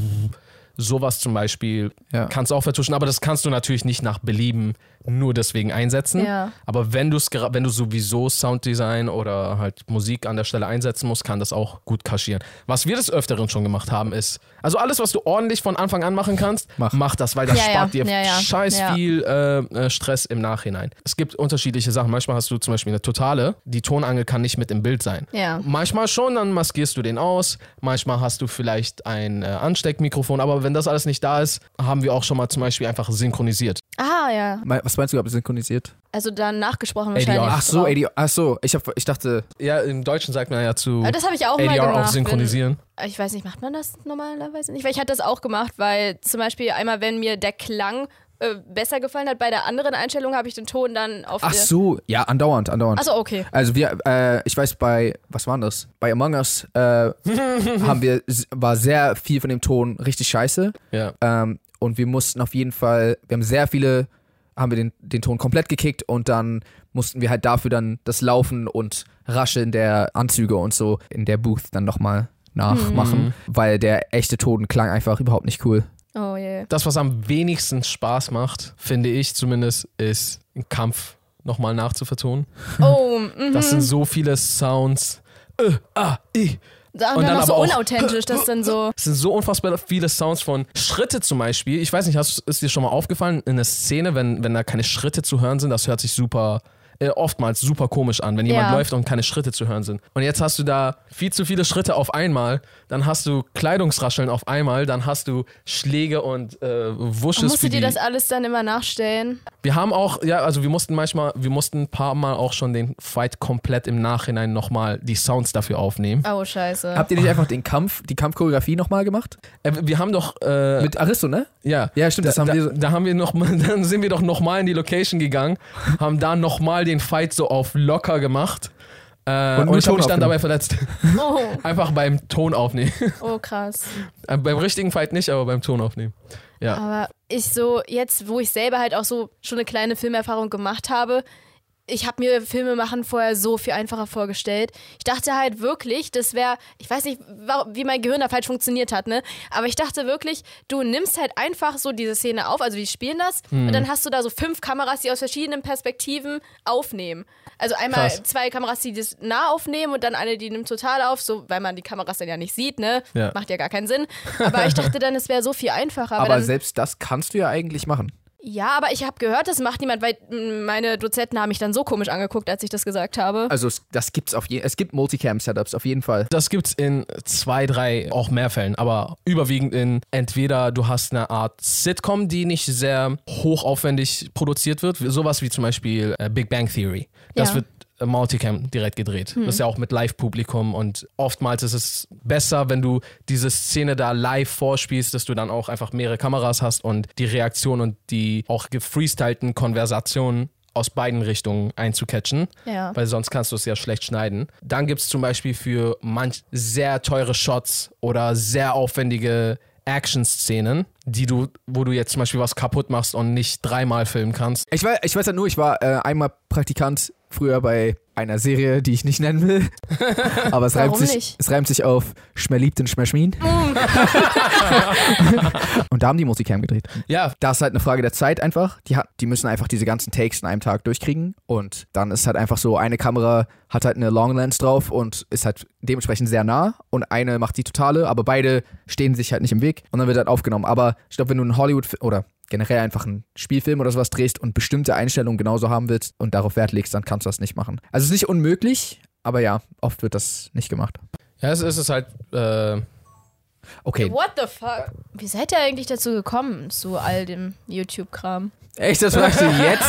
S1: Sowas zum Beispiel
S2: Ja.
S1: kannst du auch vertuschen, aber das kannst du natürlich nicht nach Belieben nur deswegen einsetzen.
S3: Ja.
S1: Aber wenn, du's, gera- wenn du sowieso Sounddesign oder halt Musik an der Stelle einsetzen musst, kann das auch gut kaschieren. Was wir des Öfteren schon gemacht haben, ist, also alles, was du ordentlich von Anfang an machen kannst,
S2: Mach.
S1: mach, das, weil das
S3: Ja, ja.
S1: spart dir
S3: Ja, ja.
S1: scheiß
S3: Ja.
S1: viel äh, äh, Stress im Nachhinein. Es gibt unterschiedliche Sachen. Manchmal hast du zum Beispiel eine totale, die Tonangel kann nicht mit im Bild sein.
S3: Ja.
S1: Manchmal schon, dann maskierst du den aus. Manchmal hast du vielleicht ein äh, Ansteckmikrofon, aber wenn das alles nicht da ist, haben wir auch schon mal zum Beispiel einfach synchronisiert.
S3: Ah, ja.
S2: Me- Was meinst du, ob synchronisiert?
S3: Also dann nachgesprochen
S1: ADR.
S3: wahrscheinlich.
S2: Ach so,
S3: Wow.
S2: AD, ach so, ich, hab, ich dachte,
S1: Ja, im Deutschen sagt man ja zu
S3: Aber das habe ich auch mal
S1: ADR
S3: gemacht.
S1: auch synchronisieren.
S3: Wenn, ich weiß nicht, macht man das normalerweise nicht? Weil ich hatte das auch gemacht, weil zum Beispiel einmal, wenn mir der Klang äh, besser gefallen hat, bei der anderen Einstellung habe ich den Ton dann auf
S2: ach
S3: der...
S2: so, ja, andauernd, andauernd.
S3: Ach so, okay.
S2: Also wir, äh, ich weiß bei, was waren das? Bei Among Us äh, haben wir, war sehr viel von dem Ton richtig scheiße.
S1: Ja.
S2: Ähm, und wir mussten auf jeden Fall, wir haben sehr viele, haben wir den, den Ton komplett gekickt und dann mussten wir halt dafür dann das Laufen und Rascheln der Anzüge und so in der Booth dann nochmal nachmachen,
S1: Mhm.
S2: weil der echte Ton klang einfach überhaupt nicht cool.
S3: Oh, yeah.
S1: Das, was am wenigsten Spaß macht, finde ich zumindest, ist ein Kampf nochmal nachzuvertonen.
S3: Oh, mhm.
S1: Das sind so viele Sounds. Äh, ah, i.
S3: Da
S1: und
S3: und dann
S1: dann
S3: auch so
S1: aber auch-
S3: unauthentisch, das dann so...
S1: Es sind so unfassbar viele Sounds von Schritte zum Beispiel. Ich weiß nicht, hast, ist dir schon mal aufgefallen, in der Szene, wenn, wenn da keine Schritte zu hören sind, das hört sich super äh, oftmals super komisch an, wenn jemand
S3: Ja.
S1: läuft und keine Schritte zu hören sind. Und jetzt hast du da viel zu viele Schritte auf einmal, dann hast du Kleidungsrascheln auf einmal, dann hast du Schläge und äh, Wusches.
S3: Musst
S1: für
S3: du dir
S1: die-
S3: das alles dann immer nachstellen?
S1: wir haben auch, ja, also wir mussten manchmal, wir mussten ein paar Mal auch schon den Fight komplett im Nachhinein nochmal die Sounds dafür aufnehmen.
S3: Oh, scheiße.
S2: Habt ihr nicht einfach den Kampf, die Kampfchoreografie nochmal gemacht?
S1: Äh, wir haben doch, äh,
S2: Mit Aristo, ne?
S1: ja.
S2: Ja, stimmt,
S1: Da,
S2: das haben
S1: da,
S2: wir so-
S1: da haben wir noch mal, dann sind wir doch nochmal in die Location gegangen, haben da nochmal den Fight so auf locker gemacht. Äh,
S2: Und
S1: und,
S2: nur
S1: ich habe mich
S2: Ton
S1: dann dabei verletzt.
S3: Oh,
S1: Einfach beim Ton aufnehmen.
S3: oh, krass.
S1: Äh, beim richtigen Fight nicht, aber beim Ton aufnehmen. Ja.
S3: Aber ich so, jetzt, wo ich selber halt auch so schon eine kleine Filmerfahrung gemacht habe, ich habe mir Filme machen vorher so viel einfacher vorgestellt. Ich dachte halt wirklich, das wäre, ich weiß nicht, wa- wie mein Gehirn da falsch funktioniert hat, ne? Aber ich dachte wirklich, du nimmst halt einfach so diese Szene auf, also die spielen das,
S1: Hm.
S3: und dann hast du da so fünf Kameras, die aus verschiedenen Perspektiven aufnehmen. Also einmal
S1: Krass.
S3: zwei Kameras, die das nah aufnehmen und dann eine, die nimmt total auf, so weil man die Kameras dann ja nicht sieht, ne?
S1: Ja.
S3: Macht ja gar keinen Sinn. Aber ich dachte dann, es wäre so viel einfacher. weil
S2: Aber
S3: dann,
S2: selbst das kannst du ja eigentlich machen.
S3: ja, aber ich habe gehört, das macht niemand, weil mm, meine Dozenten haben mich dann so komisch angeguckt, als ich das gesagt habe.
S2: Also es- das gibt's auf jeden Es gibt Multicam-Setups auf jeden Fall.
S1: Das gibt's in zwei, drei, auch mehr Fällen, aber überwiegend in entweder du hast eine Art Sitcom, die nicht sehr hochaufwendig produziert wird, sowas wie zum Beispiel äh, Big Bang Theory. Das
S3: Ja. Hm.
S1: wird äh, Multicam direkt gedreht. Das ist ja auch mit Live-Publikum und oftmals ist es besser, wenn du diese Szene da live vorspielst, dass du dann auch einfach mehrere Kameras hast und die Reaktion und die auch gefreestylten Konversationen aus beiden Richtungen einzucatchen
S3: Ja.
S1: weil sonst kannst du es ja schlecht schneiden. Dann gibt es zum Beispiel für manch sehr teure Shots oder sehr aufwendige Action-Szenen, die du, wo du jetzt zum Beispiel was kaputt machst und nicht dreimal filmen kannst.
S2: Ich weiß, ich weiß ja nur, ich war äh, einmal Praktikant früher bei einer Serie, die ich nicht nennen will. Aber es reimt
S3: Warum
S2: sich,
S3: nicht? Mm.
S2: es reimt sich auf Schmerliebt und Schmerschmin. und da haben die Multicam gedreht.
S1: Ja,
S2: Da ist halt eine Frage der Zeit einfach. Die, hat, die müssen einfach diese ganzen Takes in einem Tag durchkriegen. Und dann ist halt einfach so, eine Kamera hat halt eine Long Lens drauf und ist halt dementsprechend sehr nah. Und eine macht die totale, aber beide stehen sich halt nicht im Weg. Und dann wird halt aufgenommen. Aber ich glaube, wenn du einen Hollywood oder generell einfach einen Spielfilm oder sowas drehst und bestimmte Einstellungen genauso haben willst und darauf Wert legst, dann kannst du das nicht machen. Also es ist nicht unmöglich, aber ja, oft wird das nicht gemacht.
S1: ja es, es ist halt. Äh,
S2: Okay.
S3: What the fuck? Wie seid ihr eigentlich dazu gekommen, zu all dem YouTube-Kram?
S2: Echt, das fragst du jetzt?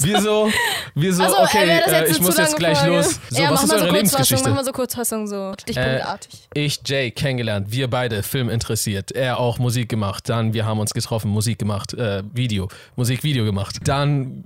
S1: wieso? Wieso?
S3: Also,
S1: okay,
S3: wäre das
S1: äh,
S3: jetzt
S1: ich
S3: eine
S1: muss
S3: zu lange
S1: jetzt gleich
S3: Folge?
S1: los. So, was
S3: ja, mach
S1: ist
S3: mal so
S1: eure
S3: Kurzfassung, mach
S1: Lebensgeschichte?
S3: mal so Kurzfassung, so stichpunktartig.
S1: Äh, Ich, Jay, kennengelernt, wir beide Film interessiert, er auch Musik gemacht, dann wir haben uns getroffen, Musik gemacht, äh, Video, Musik, Video gemacht, dann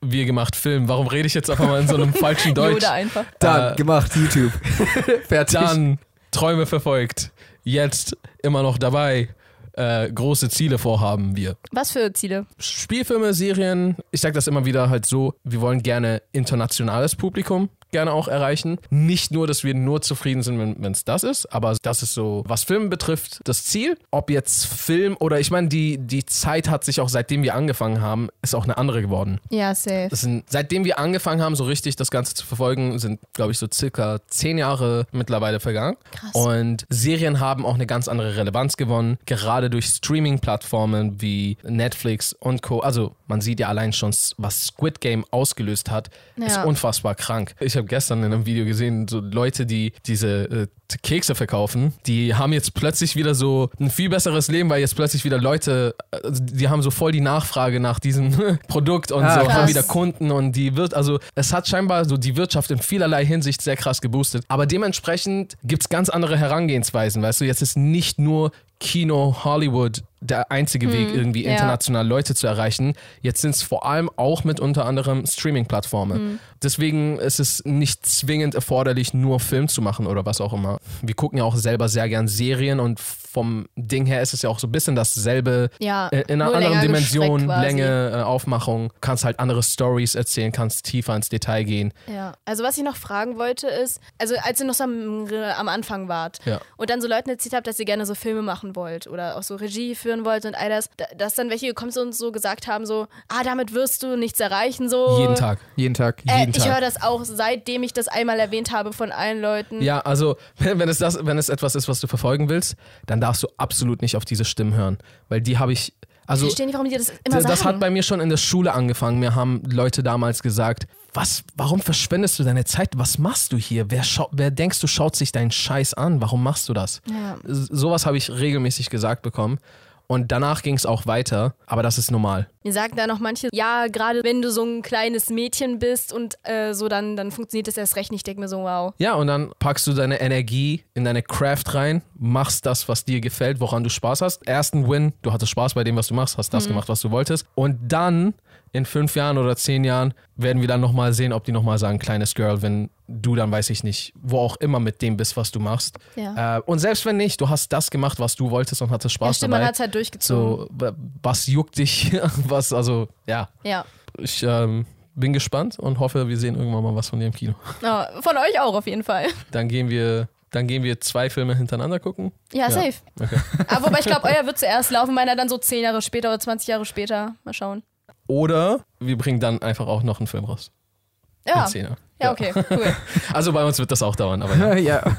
S1: wir gemacht Film. Warum rede ich jetzt auf einmal in so einem falschen Deutsch?
S3: Yoda einfach.
S2: Dann,
S1: Äh,
S2: gemacht, YouTube. Fertig.
S1: Dann Träume verfolgt, jetzt immer noch dabei, äh, große Ziele vorhaben wir.
S3: Was für Ziele?
S1: Spielfilme, Serien, ich sage das immer wieder halt so, wir wollen gerne internationales Publikum gerne auch erreichen. Nicht nur, dass wir nur zufrieden sind, wenn es das ist, aber das ist so, was Filme betrifft, das Ziel. Ob jetzt Film oder ich meine, die, die Zeit hat sich auch seitdem wir angefangen haben, ist auch eine andere geworden.
S3: Ja, safe.
S1: Das sind, seitdem wir angefangen haben, so richtig das Ganze zu verfolgen, sind, glaube ich, so circa zehn Jahre mittlerweile vergangen.
S3: Krass.
S1: Und Serien haben auch eine ganz andere Relevanz gewonnen, gerade durch Streaming-Plattformen wie Netflix und Co. Also man sieht ja allein schon, was Squid Game ausgelöst hat, ist
S3: Ja.
S1: unfassbar krank. Ich habe gestern in einem Video gesehen, so Leute, die diese äh, Kekse verkaufen, die haben jetzt plötzlich wieder so ein viel besseres Leben, weil jetzt plötzlich wieder Leute, äh, die haben so voll die Nachfrage nach diesem Produkt und
S2: Ah,
S1: so haben
S3: krass.
S1: wieder Kunden und die wird, also es hat scheinbar so die Wirtschaft in vielerlei Hinsicht sehr krass geboostet. Aber dementsprechend gibt es ganz andere Herangehensweisen, weißt du, jetzt ist nicht nur Kino, Hollywood der einzige Weg, irgendwie
S3: ja.
S1: international Leute zu erreichen. Jetzt sind es vor allem auch mit unter anderem Streaming-Plattformen. Deswegen ist es nicht zwingend erforderlich, nur Film zu machen oder was auch immer. Wir gucken ja auch selber sehr gern Serien und vom Ding her ist es ja auch so ein bisschen dasselbe
S3: Ja,
S1: äh, in einer
S3: nur
S1: anderen
S3: länger
S1: Dimension,
S3: gestreckt quasi.
S1: Länge, äh, Aufmachung, kannst halt andere Stories erzählen, kannst tiefer ins Detail gehen.
S3: Ja, also was ich noch fragen wollte ist, also als ihr noch so am, am Anfang wart
S1: Ja.
S3: und dann so Leuten erzählt habt, dass ihr gerne so Filme machen wollt oder auch so Regie führen wollt und all das, da- dass dann welche gekommen sind und so gesagt haben, so, ah, damit wirst du nichts erreichen, so.
S1: Jeden Tag.
S2: Jeden Tag.
S3: Äh,
S1: jeden
S3: Ich
S1: Tag.
S3: höre das auch, seitdem ich das einmal erwähnt habe von allen Leuten.
S1: Ja, also wenn, wenn, es das, wenn es etwas ist, was du verfolgen willst, dann darfst du absolut nicht auf diese Stimmen hören, weil die habe ich, Also,
S3: verstehe nicht, warum die das immer
S1: das,
S3: sagen.
S1: das hat bei mir schon in der Schule angefangen. Mir haben Leute damals gesagt, was, warum verschwendest du deine Zeit? Was machst du hier? Wer, schau, wer denkst du, schaut sich deinen Scheiß an? Warum machst du das?
S3: Ja.
S1: S- Sowas habe ich regelmäßig gesagt bekommen. Und danach ging es auch weiter, aber das ist normal.
S3: Mir sagen da noch manche, ja, gerade wenn du so ein kleines Mädchen bist und äh, so, dann, dann funktioniert das erst recht nicht. Ich denke mir so, wow.
S1: Ja, und dann packst du deine Energie in deine Craft rein, machst das, was dir gefällt, woran du Spaß hast. Ersten Win, du hattest Spaß bei dem, was du machst, hast
S3: Mhm.
S1: das gemacht, was du wolltest. Und dann in fünf Jahren oder zehn Jahren werden wir dann nochmal sehen, ob die nochmal sagen, kleines Girl, wenn du dann, weiß ich nicht, wo auch immer mit dem bist, was du machst.
S3: Ja.
S1: Äh, und selbst wenn nicht, du hast das gemacht, was du wolltest und hattest
S3: Ja,
S1: Spaß
S3: stimmt, man
S1: dabei.
S3: hat es halt durchgezogen.
S1: so, wa- was juckt dich? Was, also, ja.
S3: Ja.
S1: Ich ähm, bin gespannt und hoffe, wir sehen irgendwann mal was von dir im Kino.
S3: Ja, von euch auch auf jeden Fall.
S1: Dann gehen wir, dann gehen wir zwei Filme hintereinander gucken.
S3: Ja, safe.
S1: Okay.
S3: Aber wobei ich glaube, euer wird zuerst laufen, meiner dann so 10 Jahre später oder 20 Jahre später. Mal schauen.
S1: Oder wir bringen dann einfach auch noch einen Film raus.
S3: Ja.
S1: Mit Zehner.
S3: Ja, okay, cool.
S1: Also bei uns wird das auch dauern, aber ja.
S2: ja.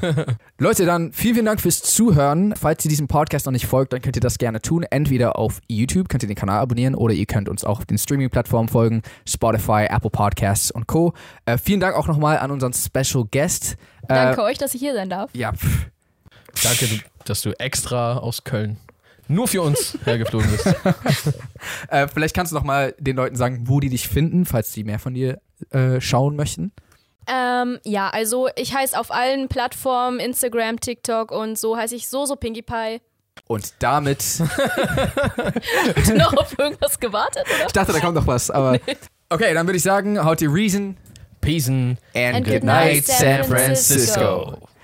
S2: Leute, dann vielen, vielen Dank fürs Zuhören. Falls ihr diesem Podcast noch nicht folgt, dann könnt ihr das gerne tun. Entweder auf YouTube könnt ihr den Kanal abonnieren oder ihr könnt uns auch auf den Streaming-Plattformen folgen, Spotify, Apple Podcasts und Co. Äh, vielen Dank auch nochmal an unseren Special Guest. Äh,
S3: Danke euch, dass ich hier sein darf.
S2: Ja, pff.
S1: Danke, du- dass du extra aus Köln nur für uns hergeflogen bist.
S2: äh, vielleicht kannst du nochmal den Leuten sagen, wo die dich finden, falls die mehr von dir äh, schauen möchten.
S3: Ähm, ja, also ich heiße auf allen Plattformen, Instagram, TikTok und so heiße ich so so Pinkie Pie.
S2: Und damit
S3: Habt ihr noch auf irgendwas gewartet, oder?
S2: Ich dachte, da kommt noch was, aber. Okay, dann würde ich sagen, haut die Reason
S1: Peace and
S2: and,
S3: And
S2: good
S3: good
S2: night,
S3: night,
S2: San
S3: San Francisco.
S2: Francisco.